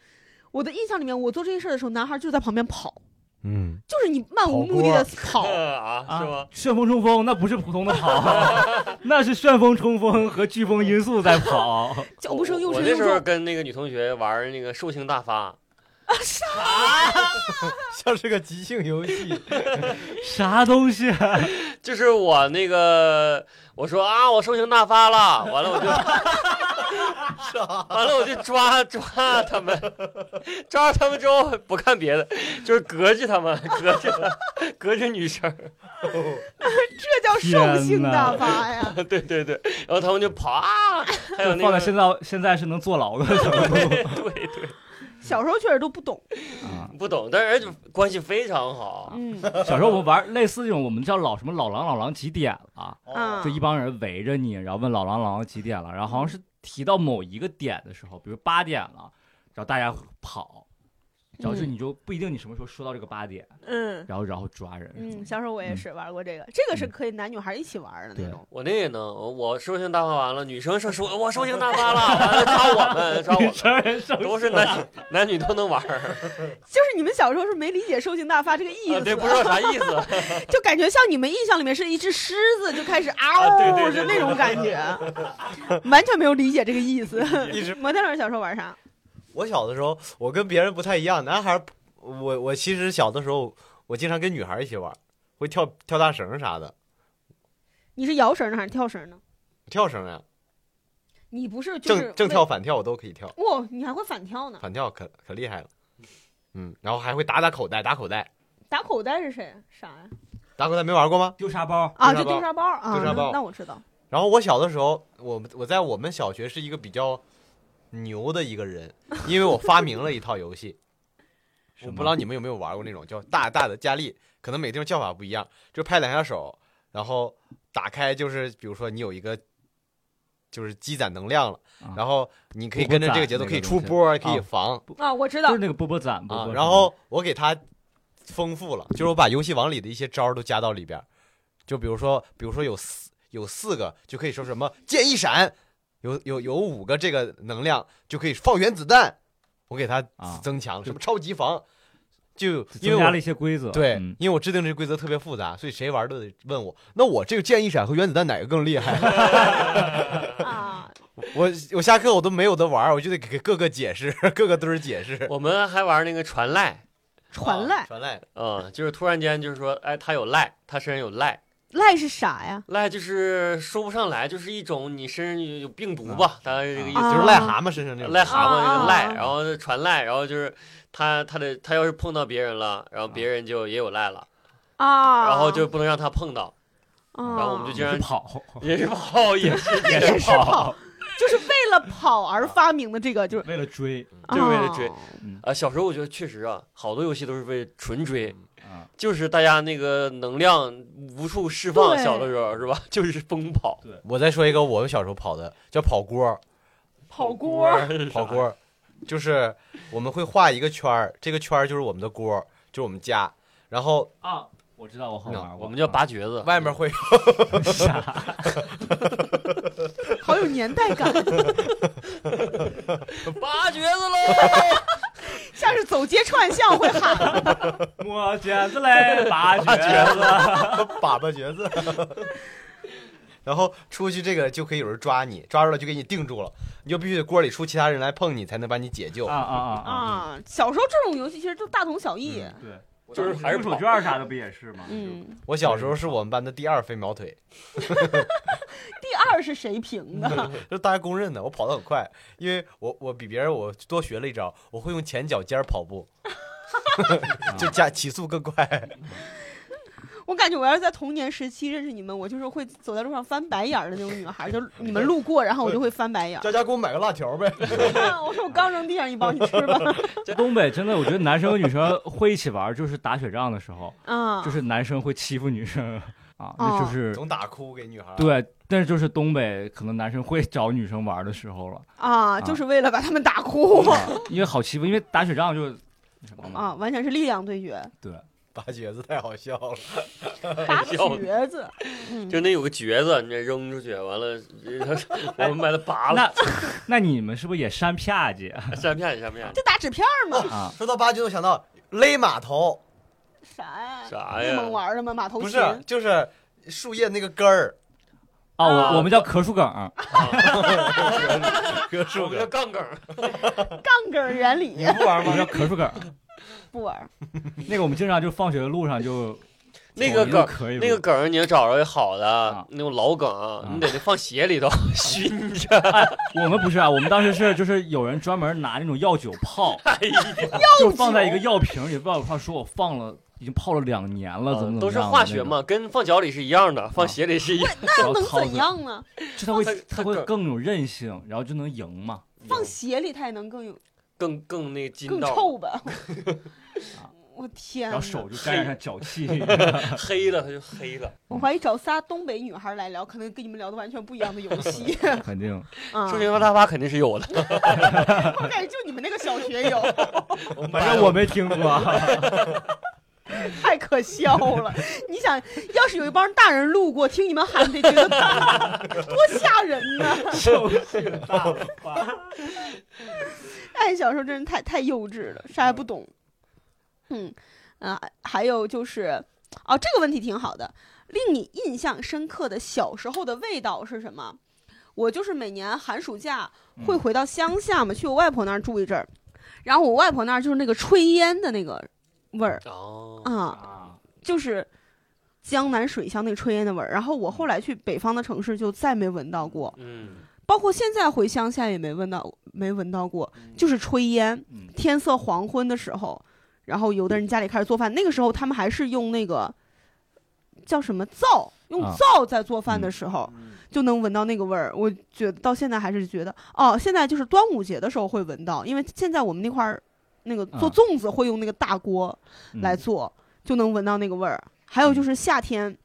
我的印象里面，我做这些事儿的时候，男孩就在旁边跑，嗯，就是你漫无目的的跑。 啊，是吗？？旋风冲锋那不是普通的跑， 那是旋风冲锋和飓风音速在跑。脚步声又我沉那又时候重，跟那个女同学玩那个兽性大发， 像是个即兴 游戏。啥东西？就是我那个我说啊，我兽性大发了，完了我就，完了我就抓抓他们，抓他们之后不看别的，就是隔着他们，隔着隔着女生，嗯这叫兽性大发呀！对对对，然后他们就跑啊，还有那放在个现在现在是能坐牢的 小动物小时候确实都不懂，啊。不懂，但是而且关系非常好，嗯小时候我们玩类似这种，我们叫老什么老狼老狼几点了，哦啊就，一帮人围着你，然后问老狼老狼几点了，然后好像嗯是提到某一个点的时候，比如八点了，然后大家跑，然后就嗯你就不一定你什么时候说到这个八点，嗯然后然后抓人。嗯，小时候我也是玩过这个，这个是可以男女孩一起玩的那种。我那个呢，我我兽性大发完了，女生说说我兽性大发了，完了抓我们抓我女们，生人生都是男女男女都能玩儿，就是你们小时候是没理解“兽性大发”这个意啊思，对，不知道啥意思。就感觉像你们印象里面是一只狮子就开始嗷、啊对对对就那种感觉，完全没有理解这个意 思。一直摩天轮小时候玩啥？我小的时候，我跟别人不太一样，男孩儿，我我其实小的时候，我经常跟女孩儿一起玩，会跳跳大绳儿啥的，你是摇绳呢还是跳绳呢？跳绳呀、你不是就是正正跳反跳我都可以跳，哇、你还会反跳呢？反跳可可厉害了。嗯，然后还会打打口袋，打口袋，打口袋是谁？啥呀？打口袋没玩过吗？丢沙包，啊，丢就丢沙包沙包啊，丢沙包那那我知道。然后我小的时候，我我在我们小学是一个比较牛的一个人，因为我发明了一套游戏。我不知道你们有没有玩过那种叫大大的佳丽，可能每地方叫法不一样，就拍两下手，然后打开就是比如说你有一个就是积攒能量了啊，然后你可以跟着这个节奏波可以波攒那个东出西波，可以啊防啊，我知就道是。那个波波攒波啊波。。然后我给它丰富了，就是我把游戏王里的一些招儿都加到里边儿，就比如说比如说有四有四个就可以说什么剑一闪，有有有五个这个能量就可以放原子弹，我给它啊增强了什么超级防，就因为增加我了一些规则，对，嗯因为我制定这个规则特别复杂，所以谁玩都得问我。那我这个剑一闪和原子弹哪个更厉 害？ 啊，我我下课我都没有得玩，我就得给各个解释， 各个墩儿解释。 我们还玩那个传赖，传赖、啊传赖，嗯，就是突然间就是说，哎，他有赖，他身上有赖，赖是啥呀？赖就是说不上来，就是一种你身上有有病毒吧，大概是这个意思。就是癞蛤蟆身上那种癞蛤蟆那个啊赖，然后传赖，然后就是他他的他要是碰到别人了，然后别人就也有赖了，啊，然后就不能让他碰到，啊，然后我们就经也是常跑，也是跑 也是也也是是跑，就是为了跑而发明的这个，就是为了追就是为了追啊啊，小时候我觉得确实啊，好多游戏都是为纯追，啊，就是大家那个能量无处释放，对小的时候是吧？ 就是疯跑，我再说一个我们小时候跑的，叫跑锅儿，跑锅儿 跑锅儿，就是我们会画一个圈儿，这个圈儿就是我们的锅儿，就是我们家，然后啊，我知啊道，我好玩过，啊我们叫拔橛子，外面会啥？好有年代 感。 拔 橛子喽！像是走街串巷会 喊，啊摸橛子嘞，拔橛子，啊 粑粑橛子，然后出去这个就可以有人抓你，抓住了就给你定住了，你就必须得锅里出其他人来碰你才能把你解救啊。啊啊啊！啊！小时候这种游戏其实都大同小异。对，就是还是手绢儿啥的不也是吗？嗯，我小时候是我们班的第二飞毛腿，第二是谁评啊的？这大家公认的，我跑得很快，因为我我比别人我多学了一招，我会用前脚尖儿跑步，就加起速更快。我感觉我要是在童年时期认识你们，我就是会走在路上翻白眼儿的那种女孩，就你们路过，然后我就会翻白眼儿。佳佳给我买个辣条呗， 我说我刚扔地上一 包，你吃吧。东北真的，我觉得男生和女生会一起玩，就是打雪仗的时候，啊，就是男生会欺负女生啊，那就是总打哭给女孩儿。对，但是就是东北可能男生会找女生玩的时候了，啊，就是为了把他们打哭啊因为好欺负，因为打雪仗就那什么 嘛，啊，完全是力量 对决，对，拔橛子太好笑了，打瘸子。嗯就那有个橛子，你这扔出去，完了， 我们把它拔了，那 那你们是不是也扇啪叽扇片你扇 片就打纸片儿嘛，啊？说到八就能想到勒马头，啥呀？啥内呀？蒙玩的吗？马头不琴。是就是树叶那个根儿，哦，啊我我们叫棵树梗，啊 棵我树们叫根。杠杠，杠杆原理你们不玩吗？叫棵树梗，啊不玩儿，那个我们经常就放学的路上就那个梗，可以那个梗儿你要找着好的啊，那种老梗，你得得放鞋里头熏着。我们不是啊，我们当时是就是有人专门拿那种药酒泡， 哎呀，就放在一个药瓶里，不知道他说我放了，已经泡了两年了，怎么怎么样的啊都是化学嘛，跟放脚里是一样的，放鞋里是一样。那能怎？样呢？然后掏出就它会它它会更有韧性，然后就能 赢嘛。放鞋里它也能更有更更那个筋更道，臭吧？ 我天啊然后哪！手就沾上脚 气， 黑了它就黑了。我怀疑找仨东北女孩来聊，可能跟你们聊的完全不一样的游 戏肯定啊！数学大发肯定是有的， 我感觉就你们那个小学有， 反正我没听 过。啊太可笑了。 你想要是有一帮大人路过，听你们喊，得觉 得多吓人呢、哎，小时候真是太太幼稚了，啥也不懂。嗯，啊，还有就是，哦，这个问题挺好的。令你印象深刻的小时候的味道是什么？我就是每年寒暑假会回到乡下嘛，去我外婆那儿住一阵儿，然后我外婆那儿就是那个炊烟的那个味儿哦，啊，就是江南水乡那个炊烟的味儿。然后我后来去北方的城市就再没闻到过，嗯，包括现在回乡下也没闻到没闻到过，就是炊烟。嗯天色黄昏的时候，然后有的人家里开始做饭，那个时候他们还是用那个叫什么灶，用啊灶在做饭的时候，就能闻到那个味儿。我觉得到现在还是觉得，哦，现在就是端午节的时候会闻到，因为现在我们那块儿那个做啊粽子会用那个大锅嗯来做，就能闻到那个味儿。还有就是夏天。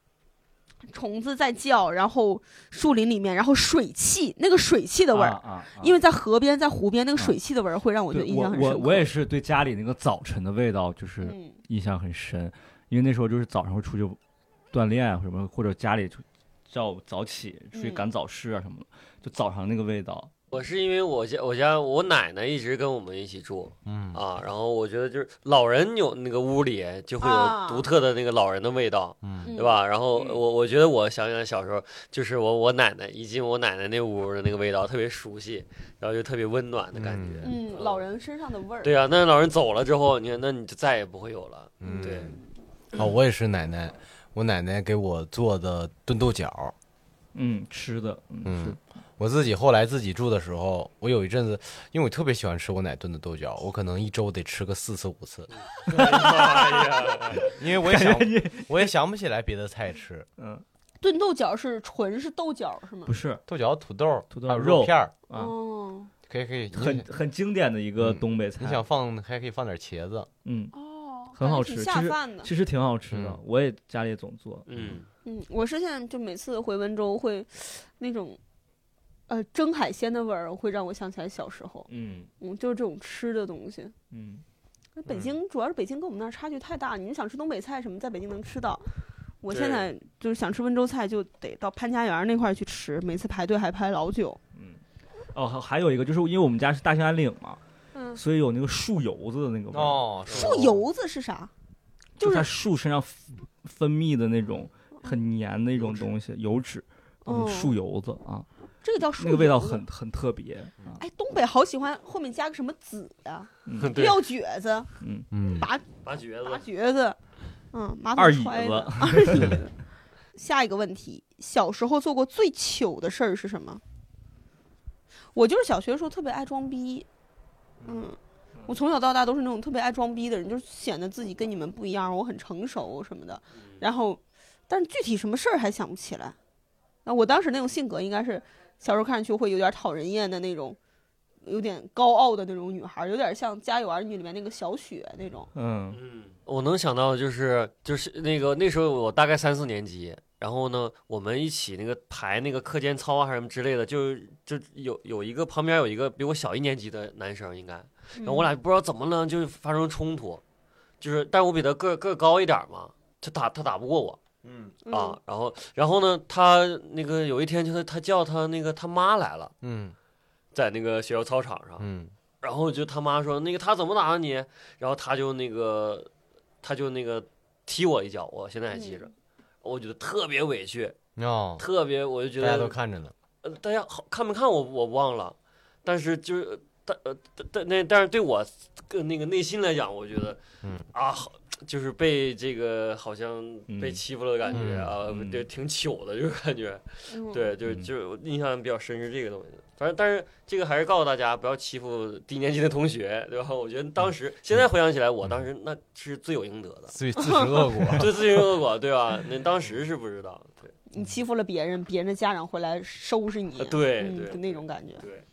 虫子在叫，然后树林里面，然后水汽，那个水汽的味儿，啊，啊因为为在河边，在湖边，那个啊水汽的味儿会让我觉得印象我很深我刻。我也是对家里那个早晨的味道就是嗯，印象很深，因为那时候就是早上会出去锻炼啊什么，或者家里就叫我早起出去嗯赶早市啊什么的，就早上那个味道。我是因为我家我家我奶奶一直跟我们一起住嗯，啊，然后我觉得就是老人有那个屋里就会有啊独特的那个老人的味道，嗯对？吧？然后嗯我我觉得我想想小时候，就是我我奶奶一进我奶奶那屋的那个味道特别熟悉，然后就特别温暖的感觉。 嗯，老人身上的味儿。对啊，那老人走了之后，你看，那你就再也不会有了。嗯对，啊，我也是奶奶，我奶奶给我做的炖豆角。嗯，吃的，嗯，嗯是我自己后来自己住的时候，我有一阵子，因为我特别喜欢吃我奶炖的豆角，我可能一周得吃个四次五次，哎呀， 因为我也想，我也想不起来别的菜吃。嗯，炖豆角是纯是豆角是吗不？是豆角、土豆、土豆还有肉片儿，啊，哦可以可以，很你很经典的一嗯个东北菜你，想放还可以放点茄子，嗯，哦，很好还是挺吃下饭的。其实挺好吃的嗯，我也家里也总做，嗯，嗯，我是现在就每次回温州会，那种，呃，蒸海鲜的味儿会让我想起来小时候。嗯嗯，就是这种吃的东西。嗯，那北京主要是北京跟我们那儿差距太大，你们想吃东北菜什么，在北京能吃到。我对现在就是想吃温州菜，就得到潘家园儿那块儿去吃，每次排队还排老久。哦，还还有一个就是因为我们家是大兴安岭嘛，嗯，所以有那个树油子的那个味儿，哦，树油子是啥？就就是它树身上分分泌的那种很黏的一种东西，油脂，嗯哦树油子啊，这个叫树那个味道油子很很特别啊，哎，东北好喜欢后面加个什么子呀、嗯对，料蹶子、嗯，嗯拔拔橛拔子，橛子，嗯，马二桶椅揣子 子，二椅子， 下一个问题，小时候做过最糗的事儿是什么？我就是小学的时候特别爱装逼，嗯，我从小到大都是那种特别爱装逼的人，就是显得自己跟你们不一样，我很成熟什么的。嗯然后，但是具体什么事儿还想不起来。那我当时那种性格应该是小时候看上去会有点讨人厌的那种，有点高傲的那种女孩儿，有点像《家有儿女》里面那个小雪那种。嗯嗯，我能想到的就是就是那个那时候我大概三四年级，然后呢，我们一起那个排那个课间操啊还是什么之类的，就就有有一个旁边有一个比我小一年级的男生应该，然后我俩不知道怎么了就发生冲突，就是但是我比他个儿个儿高一点嘛，他打他打不过我嗯嗯啊，然后然后呢，他那个有一天就是他叫他那个他妈来了，嗯在那个学校操场上。嗯然后就他妈说那个他怎么打的啊你，然后他就那个他就那个踢我一脚，我现在还记着，嗯我觉得特别委屈，哦，特别我就觉大得家都看着呢。呃大家好看没看我我忘了，但是就是但呃但但那但是对我个那个内心来讲，我觉得嗯啊好就是被这个好像被嗯欺负了的感觉嗯啊，嗯就挺糗的，就是感觉嗯，对，就是嗯就是我印象比较深是这个东西。反正但是这个还是告诉大家不要欺负低年级的同学，对吧？我觉得当时现在回想起来，我当时那是罪有应得的，自自食恶果。 就自寻恶果，对吧？那当时是不知道，对你欺负了别人，别人的家长会来收拾你，呃对嗯对就那种感觉对，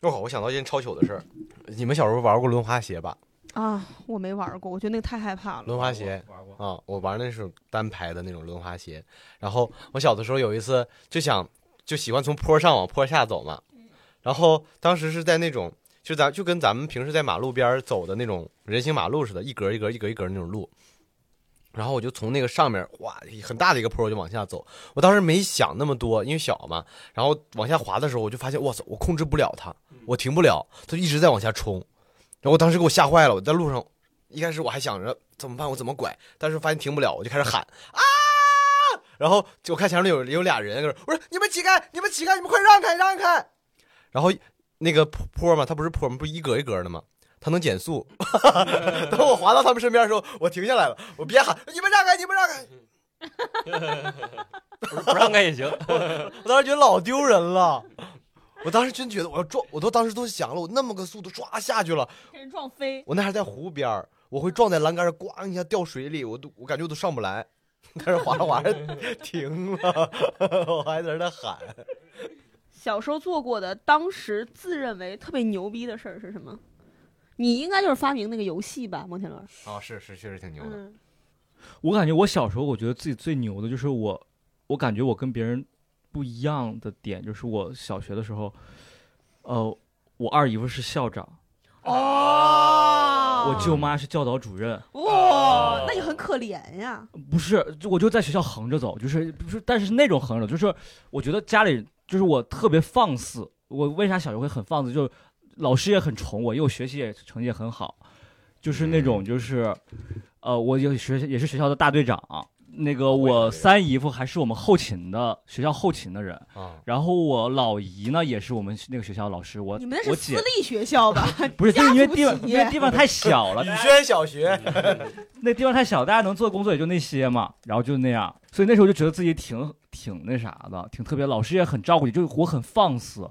我靠，我想到一件超糗的事儿，你们小时候玩过轮滑鞋吧？啊！我没玩过，我觉得那个太害怕了。轮滑鞋玩过，啊，我玩那种单排的那种轮滑鞋。然后我小的时候有一次就想就喜欢从坡上往坡下走嘛，然后当时是在那种就咱就跟咱们平时在马路边儿走的那种人行马路似的，一格一格一格一格那种路。然后我就从那个上面哇很大的一个坡我就往下走，我当时没想那么多，因为小嘛。然后往下滑的时候，我就发现哇塞，我控制不了它，嗯我停不了，它就一直在往下冲。然后我当时给我吓坏了，我在路上一开始我还想着怎么办，我怎么拐，但是发现停不了，我就开始喊啊！然后就我看前面有有俩人，就是我说你们起开，你们起开，你们快让开，让开。然后那个坡坡嘛，它不是坡嘛，不是一格一格的吗？它能减速。 等我滑到他们身边的时候，我停下来了，我别喊你们让开，你们让开。不是不让开 也行。我当时觉得老丢人了。我当时真觉得我要撞，我都当时都想了，我那么个速度唰下去了，给人撞飞，我那还是在湖边儿，我会撞在栏杆儿，呱一下掉水里，我都我感觉我都上不来， 但是滑着滑 着停了， 我还在那喊，小时候做过的，当时自认为特别牛逼的事儿是什么？你应该就是发明那个游戏吧，摩天轮。啊、是是，确实挺牛嗯，我感觉我小时候，我觉得自己最牛的就是我，我感觉我跟别人不一样的点就是我小学的时候，呃，我二姨夫是校长，哦，我舅妈是教导主任，哇，那你很可怜呀。不是，就我就在学校横着走，就是不是，但是是那种横着走，就是我觉得家里就是我特别放肆，我为啥小时候会很放肆，就是老师也很宠我，因为我学习也成绩也很好，就是那种就是，呃，我有学也是学校的大队长，那个我三姨夫还是我们后勤的学校后勤的人，啊！然后我老姨呢也是我们那个学校的老师，我你们那我是私姐立学校吧？ 不是，就家是因为族地方企因为业地方太 小了，宇轩小学，那地方太小，大家能做的工作也就那些嘛，然后就那样，所以那时候就觉得自己挺挺那啥的，挺特别，老师也很照顾你，就是我很放肆，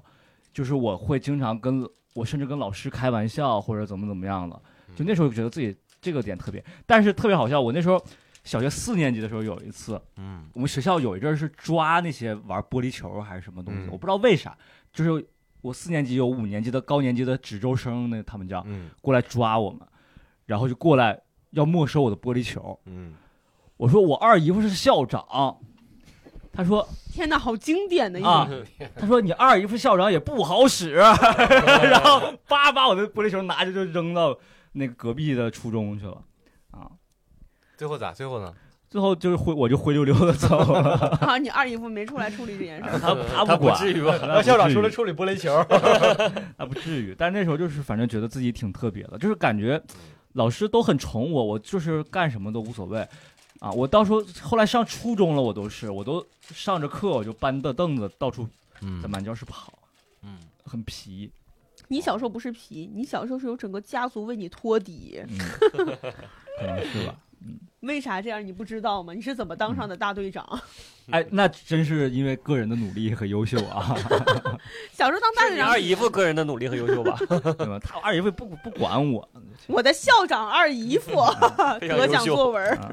就是我会经常跟我甚至跟老师开玩笑或者怎么怎么样的，就嗯那时候就觉得自己这个点特别，但是特别好笑，我那时候小学四年级的时候有一次，嗯我们学校有一阵儿是抓那些玩玻璃球还是什么东西，嗯我不知道为啥，就是我四年级有五年级的高年级的值周生，那他们叫嗯过来抓我们，然后就过来要没收我的玻璃球。嗯，我说我二姨夫是校长，他说天哪，好经典的一啊幕。，他说你二姨夫校长也不好使，啊然后叭把我的玻璃球拿着就扔到那个隔壁的初中去了，啊，最后咋？最后呢？最后就是灰我就灰溜溜的走了， 啊，你二姨夫没出来处理这件事儿。他他不管，至 于吧？他不至于处理玻璃球，啊，不至于。但是那时候就是，反正觉得自己挺特别的，就是感觉老师都很宠我，我就是干什么都无所谓。啊，我到时候后来上初中了，我都是，我都上着课我就搬着凳子到处在嗯满教室跑，嗯，很皮。你小时候不是皮，你小时候是有整个家族为你托底。 嗯，可能是吧。为啥这样你不知道吗？你是怎么当嗯上的大队长？ 哎，那真是因为个人的努力和优秀啊， 小时候当大是队你长，二姨夫个人的努力和优 秀吧，对吧？他二姨夫不不管我，我的校长二姨夫 非常得优奖秀。作文，啊，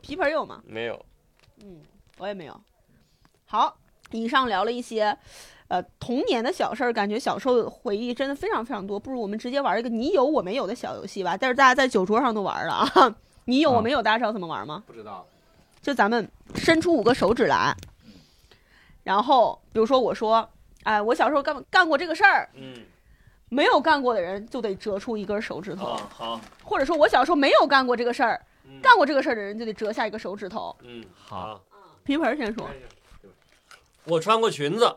皮盆有吗？没有，嗯，我也没有。好，以上聊了一些，呃，童年的小事儿，感觉小时候的回忆真的非常非常多。不如我们直接玩一个你有我没有的小游戏吧，但是大家在酒桌上都玩了啊。 你有我没有，大家知道怎么玩吗？不知道，就咱们伸出五个手指来，然后比如说我说，哎，我小时候干干过这个事儿，嗯没有干过的人就得折出一根手指头，好，或者说我小时候没有干过这个事儿，嗯干过这个事儿的人就得折下一个手指 头。嗯好，皮盆儿先说我穿过裙子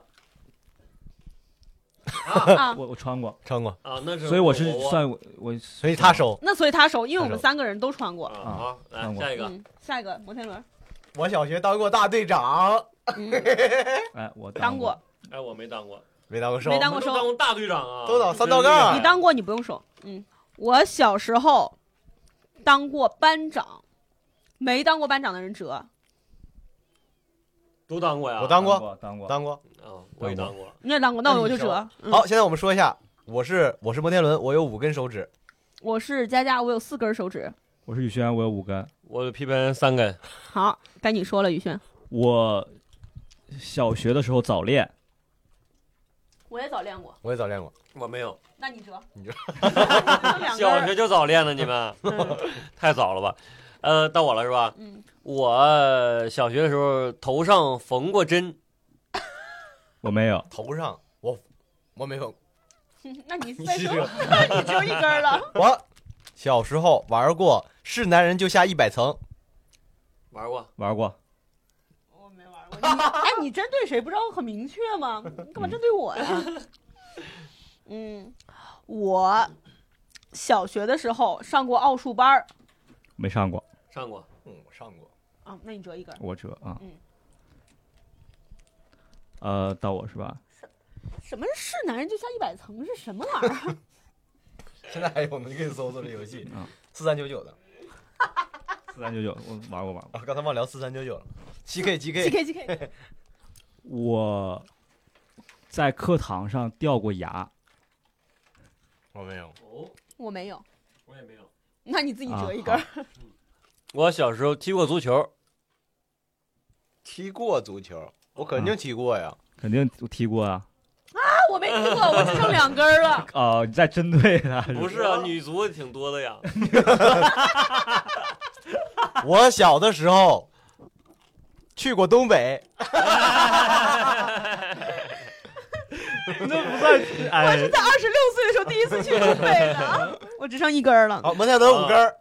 啊，我我穿过，穿过，啊，那是所以我是我算我我，所以他收。那所以他手，因为我们他手三个人都穿过。我啊啊好，来看过下一个，嗯，下一个摩天轮，我小学当过大队长，嗯，哎，我当过过，，哎，我没当过，没当过收没，当我过都收当过大队长啊，都当三道真厉害杠你当过你不用手。嗯，我小时候当过班长，没当过班长的人折。都当过呀，我当过，过，当过，当过。啊，我也当过，你也当过，那那我就你折折。嗯、好，现在我们说一下，我是我是摩天轮，我有五根手指，我是佳佳，我有四根手指。我是宇轩，我有五根。我的皮盆三根，好，该你说了，宇轩。我小学的时候早恋，我也早恋过，我也早恋过。我没有，那你折。你折。 两根小儿。学就早恋了，你们嗯 太早了吧？呃，到我了是吧？嗯，我小学的时候头上缝过针，我没有。头上我我没有，那你再你说， 折你只有一根儿了。我小时候玩过是男人就下一百层，玩过，玩过， 我没玩过。 哎，你针对谁不知道很明确吗？你干嘛针对我呀？嗯，我小学的时候上过奥数班儿没上过，上过，嗯，我上过。啊，那你折一根儿。我折啊。嗯呃，到我是吧？什么是男人就下一百层是什么玩意儿？现在还有呢，你可以搜搜这游戏嗯，四三九九的四三九九，我玩过玩过。啊，刚才忘聊四三九九了，七 K G 七 K， K G K，我在课堂上掉过牙，我没有，哦，我没有，我也没有，那你自己折一根儿。啊我小时候踢过足球，踢过足球，我肯定踢过呀。肯定踢过啊。啊，我没听过，我只剩两根儿了。哦，你在针对他？不是啊，女足挺多的 呀，我小的时候去过东北， 那不算是我哎是在二十六岁的时候第一次去东北的， 我只剩一根儿哦了。好，摩天轮五根儿，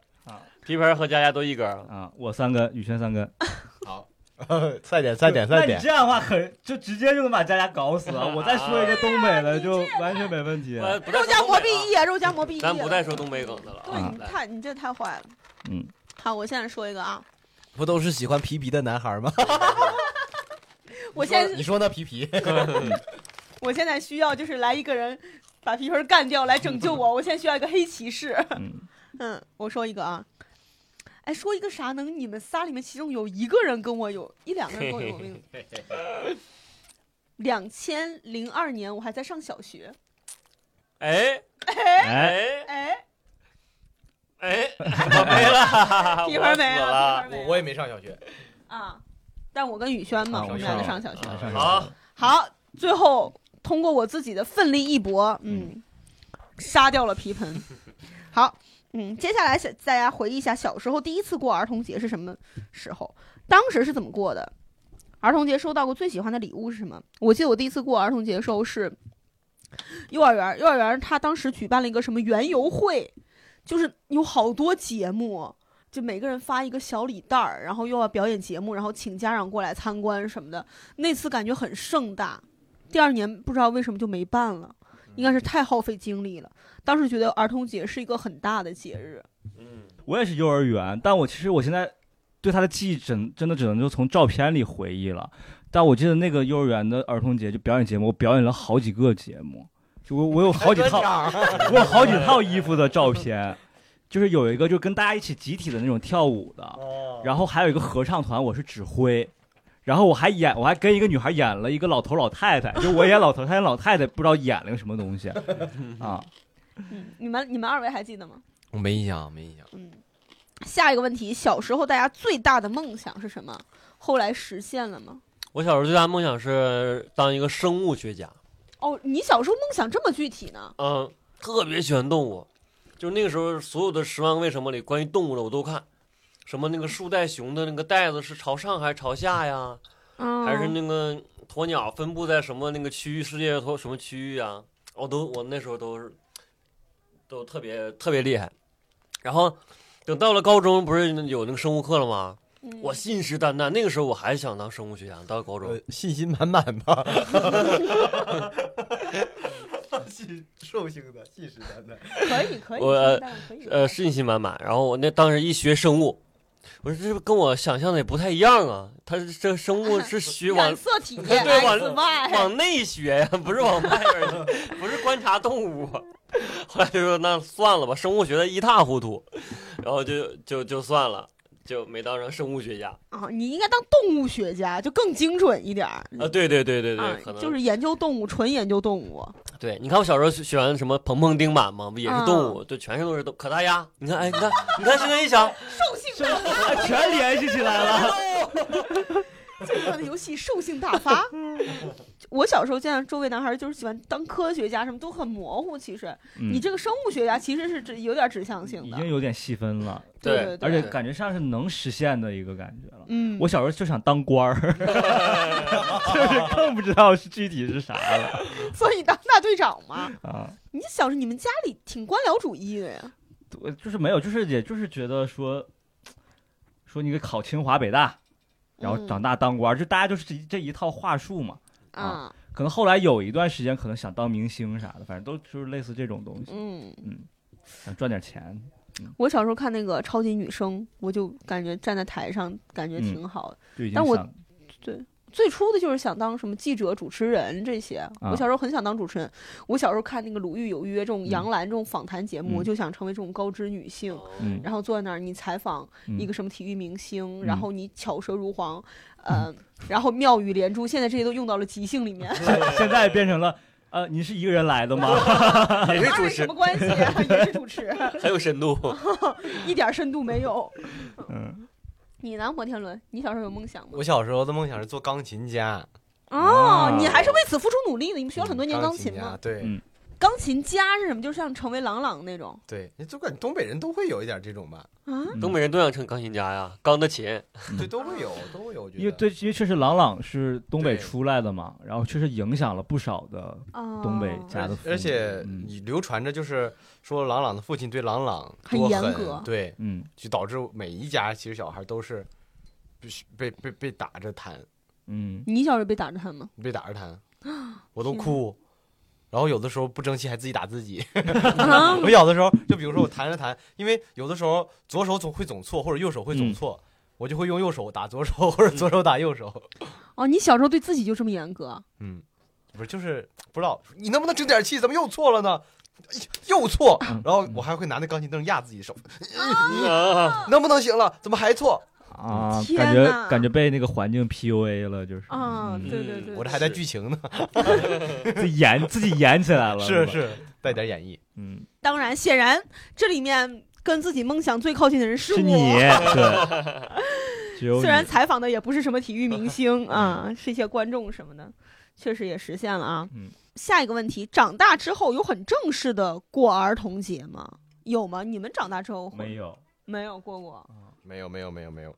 皮盆和佳佳都一根儿，啊！我三根，宇轩三根， 三点三点三那你点，这样的话很就直接就能把佳佳搞死了。我再说一个东北的，呃就完全没问题。我不肉再夹说东馍北必了一啊，肉夹馍必一。咱不再说东北梗的了对啊你，来嗯太你这太坏了。嗯，好，我现在说一个啊，不都是喜欢皮皮的男孩吗？我现 你在说呢，皮皮？我现在需要就是来一个人把皮皮干掉来拯救嗯我，我现在需要一个黑骑士。 嗯，嗯，我说一个啊，哎，说一个啥能？你们仨里面其中有一个人跟我有一两个人跟我有 命。两千零二年我还在上小学，哎哎，哎哎，哎， 我没了，皮盆没啊啊我了，皮死了，盆没了我也没上小学，啊，但我跟宇轩嘛，啊我我们知俩道在上了小学。上学好，好，最后通过我自己的奋力一搏，嗯，杀掉了皮盆。好，嗯，接下来想大家回忆一下小时候第一次过儿童节是什么时候，当时是怎么过的？儿童节收到过最喜欢的礼物是什么？我记得我第一次过儿童节的时候是幼儿园，幼儿园他当时举办了一个什么园游会，就是有好多节目。就每个人发一个小礼袋儿，然后又要表演节目，然后请家长过来参观什么的。那次感觉很盛大，第二年不知道为什么就没办了，应该是太耗费精力了。当时觉得儿童节是一个很大的节日，嗯，我也是幼儿园，但我其实我现在对他的记忆真真的只能就从照片里回忆了。但我记得那个幼儿园的儿童节就表演节目，我表演了好几个节目，就我我有好几套，班长我有好几套衣服的照片，就是有一个就是跟大家一起集体的那种跳舞的，哦然后还有一个合唱团，我是指挥。然后我还演，我还跟一个女孩演了一个老头老太 太，就我演老头，她演老太太，不知道演了个什么 东西啊。嗯，你们你们二位还记得吗？我没印象，没印象。嗯，下一个问题，小时候大家最大的梦想是什么？后来实现了吗？我小时候最大的梦想是当一个生物学家，哦，你小时候梦想这么具体呢？嗯，特别喜欢动物，就是那个时候所有的《十万个为什么》里关于动物的我都看，什么那个树袋熊的那个袋子是朝上还是朝下呀？嗯，还是那个鸵鸟分布在什么那个区域？世界头什么区域啊？我都我那时候都是都特别特别厉害。然后等到了高中，不是有那个生物课了吗？嗯我信誓旦旦，那个时候我还想当生物学家。到了高中呃，，信心满满吧？信兽性的，信誓旦旦。可以可以，我现在可以呃，信心满满。然后我那当时一学生物，我说这是不是跟我想象的也不太一样啊。他是这生物是学往 染色体 对往 XY，往内学呀， 不是往外边儿去， 不是观察动物。 后来就说那算了吧，生物学的一塌糊涂，然后就就就算了，就没当成生物学家啊，啊、你应该当动物学家，就更精准一点儿。对对呃对对对，啊可能就是研究动物，纯研究动物。对。你看我小时候喜欢什么彭彭丁满嘛，不也是动嗯物，就全是都是动可大鸭。你看，哎，你看，你看，现在一想，兽性大啊全联系起来了。 发，这款的游戏兽性大发。 我小时候见到周围男孩儿就是喜欢当科学家，什么都很模糊。其实嗯你这个生物学家其实是指有点指向性已的经，有点细分了，对对对，而且感觉上是能实现的一个感觉了。嗯，我小时候就想当官 儿，就是更不知道是具体是啥了所以你当大队长嘛。啊。你小时候你们家里挺官僚主义的呀？我就是没有，就是也就是觉得说，说你给考清华北大，然后长大当官儿，就大家就是这一这一套话术嘛。嗯啊，可能后来有一段时间，可能想当明星啥的，反正都就是类似这种东西，嗯。想赚点钱。我小时候看那个超级女声，我就感觉站在台上感觉挺好的。就已经但我想 最初的就是想当什么记者、主持人这些。啊我小时候很想当主持人。我小时候看那个《鲁豫有约》这种杨澜这种访谈节目，嗯我就想成为这种高知女性。嗯然后坐在那儿，你采访嗯一个什么体育明星，嗯然后你巧舌如簧，呃，然后妙语连珠，现在这些都用到了即兴里面，现在变成了，呃，你是一个人来的吗？ 啊也是二主位什持么，关系？啊 也是主持，很有深度。一点深度没有。嗯，你呢，摩天轮？你小时候有梦想吗？我小时候的梦想是做钢琴家，哦啊，你还是为此付出努力的。你们学了很多年钢琴琴吗家，？对嗯钢琴家是什么？就是像成为郎朗那种对，就感觉东北人都会有一点这种吧，啊？嗯东北人都想成钢琴家呀，钢的琴。对，都会有，都会有。我觉因为得对，因为确实郎朗是东北对出来的嘛，然后确实影响了不少的啊，东北家的父母，而且嗯流传着就是说郎朗的父亲对郎朗很多严狠格对，嗯就导致每一家其实小孩都是被被被被打着弹，嗯，你小时候被打着 喊吗？被打着弹，我都天哭。然后有的时候不争气还自己打自己。啊 我有的时候就比如说我弹着弹，因为有的时候左手总会总错，或者右手会总嗯错，我就会用右手打左手，或者左手打右手。哦，你小时候对自己就这么严格？嗯，不是就是不知道你能不能争点气，怎么又错了呢？又错，然后我还会拿那钢琴凳压自己手，啊能不能行了？怎么还错？啊，天感觉哪感觉被那个环境 PUA 了，就是啊，嗯对对对，我这还带是剧情呢，自己演自己演起来了，是吧，是，带点演绎。嗯，当然，显然这里面跟自己梦想最靠近的人是我。是你，对， 只有虽然你嗯采访的也不是什么体育明星啊，是一些观众什么的，确实也实现了啊。嗯下一个问题，长大之后有很正式的过儿童节吗？有吗？你们长大之后会没有，没有过过？没有没有没有没有，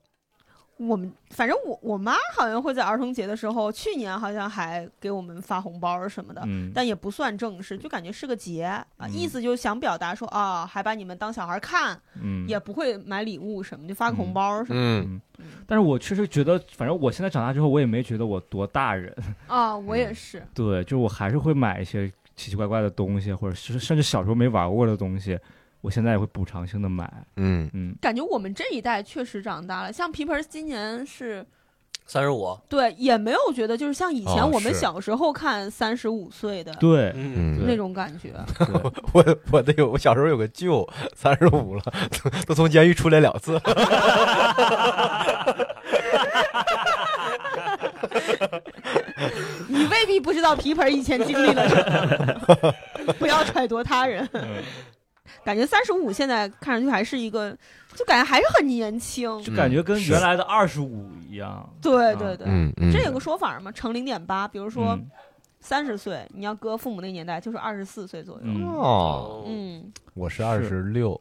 我们反正我我妈好像会在儿童节的时候，去年好像还给我们发红包什么的，嗯，但也不算正式，就感觉是个节啊，嗯意思就是想表达说啊，还把你们当小孩看，嗯也不会买礼物什么，就发个红嗯包什么、嗯但是我确实觉得，反正我现在长大之后，我也没觉得我多大人， 啊。我嗯也是，对，就我还是会买一些奇奇怪怪的东西，或者是甚至小时候没玩过的东西，我现在也会补偿性的买，嗯，嗯，感觉我们这一代确实长大了。像皮盆儿今年是三十五，对，也没有觉得就是像以前哦我们是小时候看三十五岁的对，嗯，嗯，那种感觉。对我我的有我小时候有个舅，三十五了，都都从监狱出来两次。你未必不知道皮盆以前经历了什么， 不要揣度他人。嗯感觉三十五现在看上去还是一个，就感觉还是很年轻。就感觉跟嗯是原来的二十五一样。对对对，嗯嗯这有个说法嘛，乘零点八，比如说嗯三十岁，你要搁父母那年代就是二十四岁左右。嗯，哦，嗯，我是是二十六，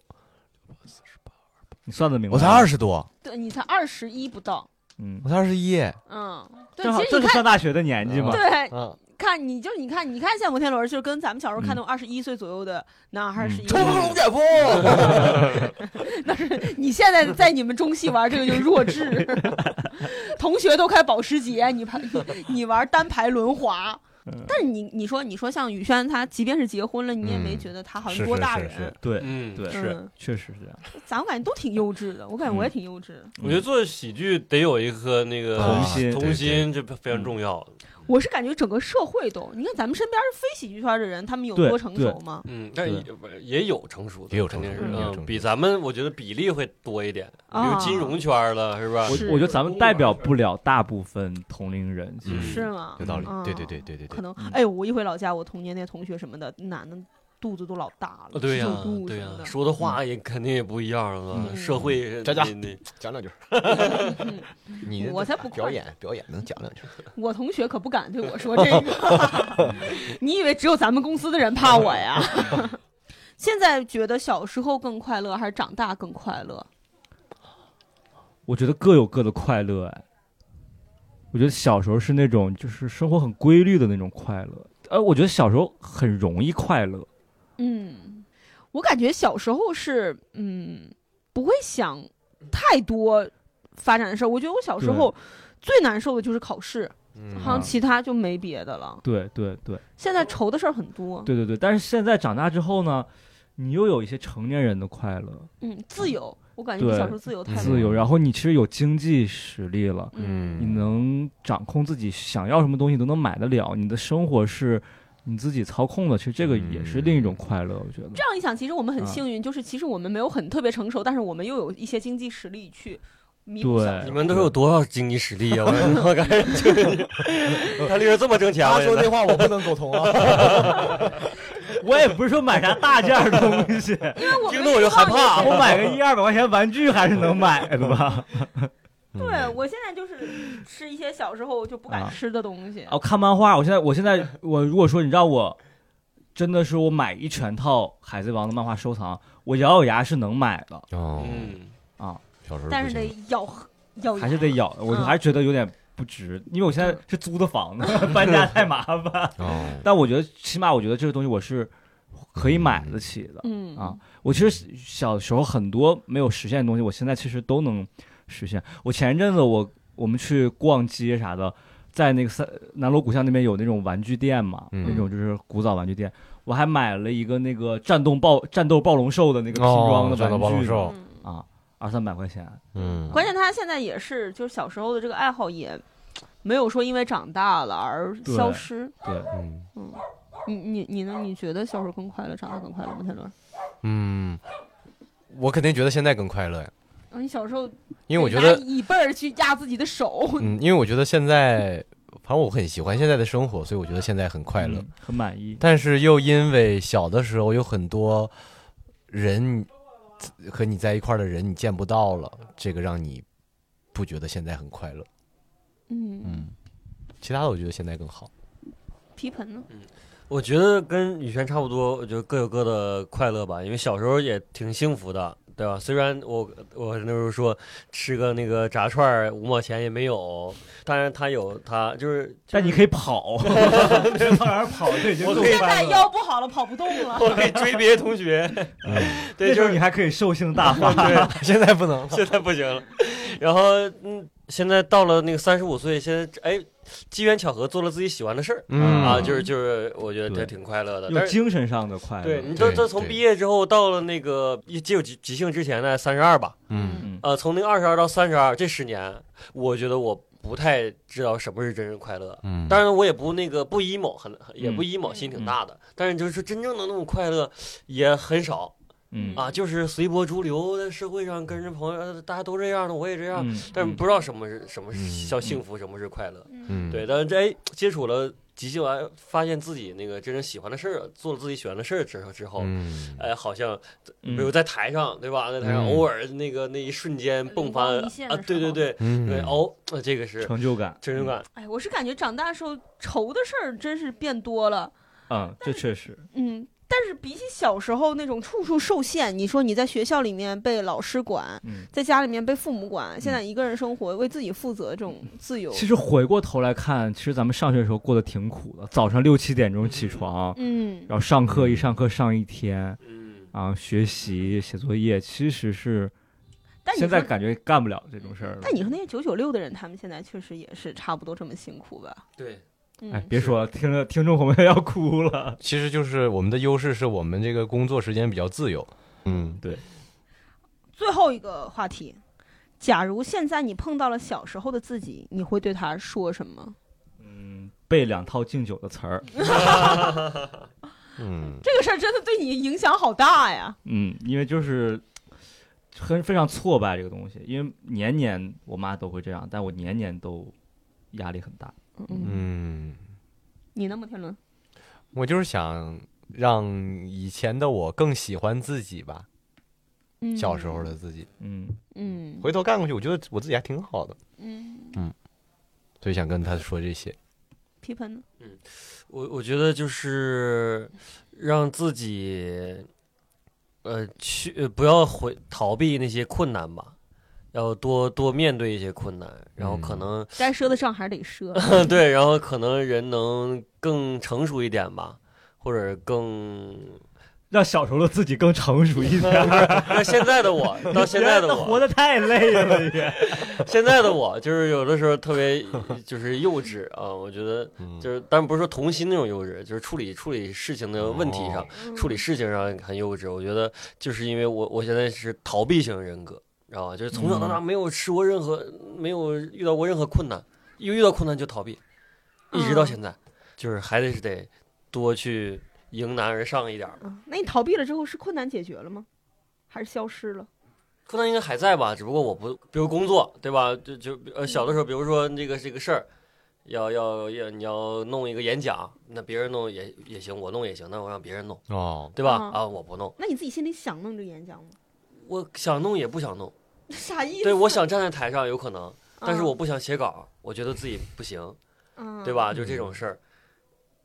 你算的明白？我才二十，十多，对你才二十一不到，嗯我，才二十一。嗯，对正，好其实这你是看，上大学的年纪嘛。对，嗯，看你就是你看，你看像摩天轮，就是跟咱们小时候看那种二十一岁左右的男孩儿是一个嗯冲样龙子。卷风，你现在在你们中戏玩这个就弱智， 同学都开保时捷，你排 你你玩单排轮滑嗯。但是你你说你说像宇轩他，即便是结婚了，你也没觉得他好像多大人。嗯是是是是对嗯，对，嗯，确实是这样。咱们感觉都挺幼稚的，我感觉嗯我也挺幼稚的。我觉得做喜剧得有一个那个童心童心这非常重要。我是感觉整个社会都，你看咱们身边非喜剧圈的人，他们有对多成熟吗？嗯，但也也有成熟的，也有肯成熟定是的也有成熟嗯，比咱们我觉得比例会多一点，比啊如金融圈了，是吧我？是我觉得咱们代表不了大部分同龄人，其嗯实是吗？有道理嗯，对对对对对可对，能嗯哎呦，我一回老家，我童年那同学什么的，男的肚子都老大了，啊对呀、 19度对什呀、么的。说的话也肯定也不一样了，嗯社会佳佳那那讲两句。嗯 你我才不表快演表演能讲两句？我同学可不敢对我说这个， 你以为只有咱们公司的人怕我呀？ 现在觉得小时候更快乐，还是长大更快乐？我觉得各有各的快乐。哎，我觉得小时候是那种就是生活很规律的那种快乐，呃，我觉得小时候很容易快乐。嗯，我感觉小时候是嗯不会想太多发展的事儿。我觉得我小时候最难受的就是考试，嗯啊好像其他就没别的了。对对对现在愁的事儿很多，对对对，但是现在长大之后呢，你又有一些成年人的快乐、嗯，自由，我感觉比对嗯小时候自由太多自了。由，然后你其实有经济实力了，嗯你能掌控自己想要什么东西都能买得了，你的生活是你自己操控的，其实这个也是另一种快乐，我觉得。嗯这样一想，其实我们很啊幸运，就是其实我们没有很特别成熟，但是我们又有一些经济实力去弥补小时对候。你们都有多少经济实 力啊？我我感觉就是他这人这么挣钱，他我觉说得那话我不能苟同 啊。我也不是说买啥大件儿的东西，因 为我听们得我就害怕。我买个一二百块钱玩具还是能买的 吧？对我现在就是吃一些小时候就不敢嗯啊吃的东西。我看漫画，我现在我现在我如果说你让我真的是我买一全套《海贼王》的漫画收藏，我咬咬牙是能买的哦，嗯，啊，小时候但是得咬咬牙，还是得咬，我就嗯还是觉得有点不值，因为我现在是租的房子， 搬家太麻烦。 哦，但我觉得起码我觉得这个东西我是可以买得起的。嗯啊，我其实小时候很多没有实现的东西，我现在其实都能实现。我前一阵子我我们去逛街啥的，在那个三南锣鼓巷那边有那种玩具店嘛，嗯那种就是古早玩具店，我还买了一个那个战斗暴战斗暴龙兽的那个拼装哦的战斗暴玩龙具、兽嗯啊，二三百块钱。嗯，关键他现在也是，就是小时候的这个爱好也没有说因为长大了而对消失。对，嗯你你你呢？你觉得小时候更快乐，长大更快乐吗？泰伦，嗯，我肯定觉得现在更快乐呀，啊你小时候因为我觉拿得椅背儿去压自己的 手，嗯，因为我觉得现在，反正我很喜欢现在的生活，所以我觉得现在很快乐。嗯很满意。但是又因为小的时候有很多人和你在一块儿的人你见不到了，这个让你不觉得现在很快乐。嗯，嗯，其他的我觉得现在更好。皮盆呢？我觉得跟羽泉差不多，我觉得各有各的快乐吧，因为小时候也挺幸福的，对吧？虽然我我那时候说吃个那个炸串儿五毛钱也没有，当然他有他就是，但你可以 跑，跑哪儿跑？这已经我够可以现在快乐了腰不好了，跑不动了。我可以追别的 同学，嗯那对，时就候是你还可以兽性大发。对， 现在不能了。现在不行了。然后，嗯，现在到了那个三十五岁，现在哎，机缘巧合做了自己喜欢的事儿、 嗯啊，就是就是，我觉得这对挺快乐的。有但是，精神上的快乐，对你这对这从对毕业之后到了那个一进入即即兴之前呢，三十二吧，嗯嗯呃，从那个二十二到三十二这十年，我觉得我不太知道什么是真正快乐。嗯当然，我也不那个不 emo，很也不嗯 emo，心挺大的。但是就是真正的那种快乐也很少嗯啊，就是随波逐流，在社会上跟着朋友，呃大家都这样的，我也这样，嗯但是不知道什么是什么嗯是叫幸福，什么是快乐。嗯，对，但是这哎接触了即兴完，发现自己那个真正喜欢的事儿，做了自己喜欢的事儿之后之后，嗯，哎，好像比嗯如在台上，对吧？在台上嗯偶尔那个那一瞬间迸发灵光一现的啊，对时对候对嗯对，，哦，呃这个是成就感，嗯真实感。哎，我是感觉长大时候愁的事儿真是变多了，嗯，这确实，嗯。但是比起小时候那种处处受限，你说你在学校里面被老师管，嗯，在家里面被父母管，现在嗯一个人生活为自己负责，这种自由，其实回过头来看，其实咱们上学的时候过得挺苦的，早上六七点钟起床，嗯然，后上课一上课上一天嗯，啊，学习写作业，其实是但你现在说感觉干不了这种事儿了。但你说那些九九六的人，他们现在确实也是差不多这么辛苦吧？对，哎，嗯，别说了，听着听众朋友们要哭了。其实就是我们的优势是我们这个工作时间比较自由。嗯，最后一个话题，假如现在你碰到了小时候的自己，你会对他说什么？嗯，背两套敬酒的词儿，嗯，这个事儿真的对你影响好大呀！嗯，因为就是很非常挫败这个东西，因为年年我妈都会这样，但我年年都压力很大。嗯，嗯，你呢，摩天轮？我就是想让以前的我更喜欢自己吧，嗯小时候，的自己。嗯，嗯回头看过去，我觉得我自己还挺好的，嗯，所以想跟他说这些。皮盆呢？我我觉得就是让自己呃去呃不要回逃避那些困难吧。要多多面对一些困难，然后可嗯能、 该说的上还是得说。对，然后可能人能更成熟一点吧，或者更 让小时候的自己更成熟一点。那现在的我， 到现在 的活我，得太累了， 也现在的我就是有的时候特别 就是幼稚啊，我觉得嗯，就是，当然不是说童心那种幼稚，就是处理处理事情的问题上，嗯处理事情上很幼稚。我觉得就是因为我我现在是逃避型人格，知道吧？就是从小到大没有吃过任何，没有遇到过任何困难，一遇到困难就逃避，一直到现在，就是还得是得多去迎难而上一点儿。嗯那你逃避了之后，是困难解决了吗？还是消失了？困难应该还在吧，只不过我不，比如工作，对吧？就就呃，小的时候，比如说这个这个事儿，要要要你要弄一个演讲，那别人弄也也行，我弄也行，那我让别人弄，哦，对吧？嗯啊，我不弄，那你自己心里想弄这演讲吗？我想弄也不想弄，啥意思？啊对我想站在台上有可能，嗯，但是我不想写稿，我觉得自己不行，嗯，对吧？就这种事儿，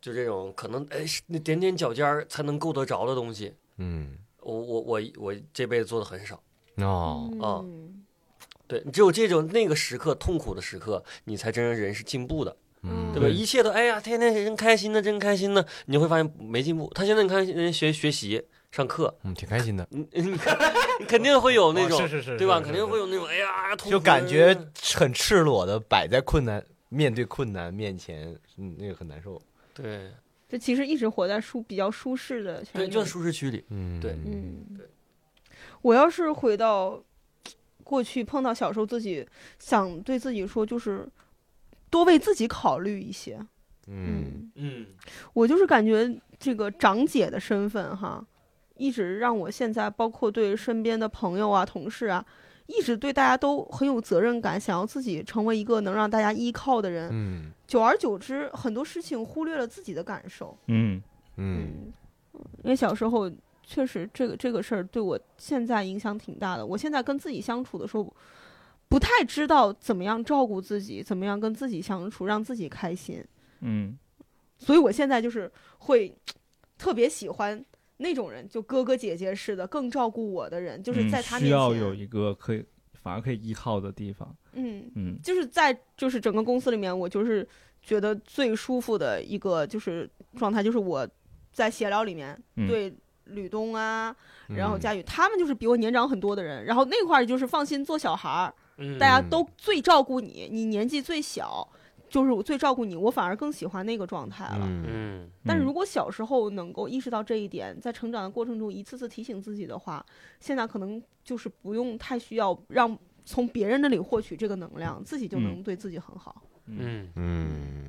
就这种可能哎，是那点点脚尖儿才能够得着的东西，嗯，我我我我这辈子做的很少。哦，哦嗯对，只有这种那个时刻痛苦的时刻，你才真正人是进步的。嗯，对吧？对一切都哎呀，天天真开心呢，真开心呢，你会发现没进步。他现在你看人家学学习、上课，嗯，挺开心的。你你看你肯定会有那种，哦是是是对是吧？是肯定会有那种哎呀，痛苦就感觉很赤裸的摆在困难面对困难面前，嗯，那个很难受。对就其实一直活在舒比较舒适的圈对，子就在里舒适区里。嗯对嗯对，我要是回到过去碰到小时候自己，想对自己说，就是多为自己考虑一些。嗯，嗯我就是感觉这个长姐的身份哈，一直让我现在包括对身边的朋友啊、同事啊，一直对大家都很有责任感，想要自己成为一个能让大家依靠的人。嗯久而久之，很多事情忽略了自己的感受。嗯嗯嗯，因为小时候确实这个这个事儿对我现在影响挺大的。我现在跟自己相处的时候，不太知道怎么样照顾自己，怎么样跟自己相处，让自己开心。嗯，所以我现在就是会特别喜欢那种人，就哥哥姐姐似的，更照顾我的人，就是在他需面要前，有嗯一个可以反而可以依靠的地方。嗯就是在就是整个公司里面，我就是觉得最舒服的一个就是状态，就是我在闲聊里面嗯对吕东啊。嗯，然后佳宇他们就是比我年长很多的人，然后那块儿就是放心做小孩儿，嗯，大家都最照顾你，你年纪最小，就是我最照顾你，我反而更喜欢那个状态了。嗯嗯但嗯是如果小时候能够意识到这一点，在成长的过程中一次次提醒自己的话，现在可能就是不用太需要让从别人那里获取这个能量，自己就能嗯对自己很好。嗯，嗯，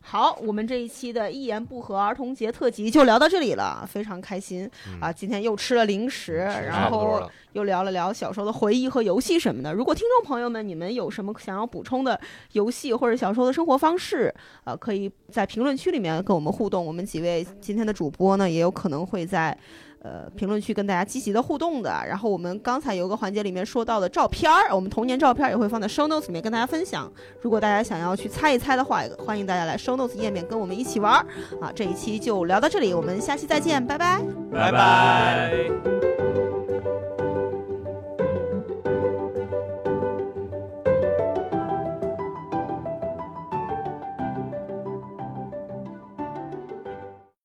好，我们这一期的一言不合儿童节特辑就聊到这里了，非常开心嗯啊！今天又吃了零食，差然不多后了又聊了聊小时候的回忆和游戏什么的。如果听众朋友们你们有什么想要补充的游戏或者小时候的生活方式，呃，可以在评论区里面跟我们互动。我们几位今天的主播呢，也有可能会在。呃，评论区跟大家积极的互动的。然后我们刚才有个环节里面说到的照片儿，我们童年照片儿也会放在 show notes 里面跟大家分享。如果大家想要去猜一猜的话，也欢迎大家来 show notes 页面跟我们一起玩儿啊。这一期就聊到这里，我们下期再见，拜拜。拜拜。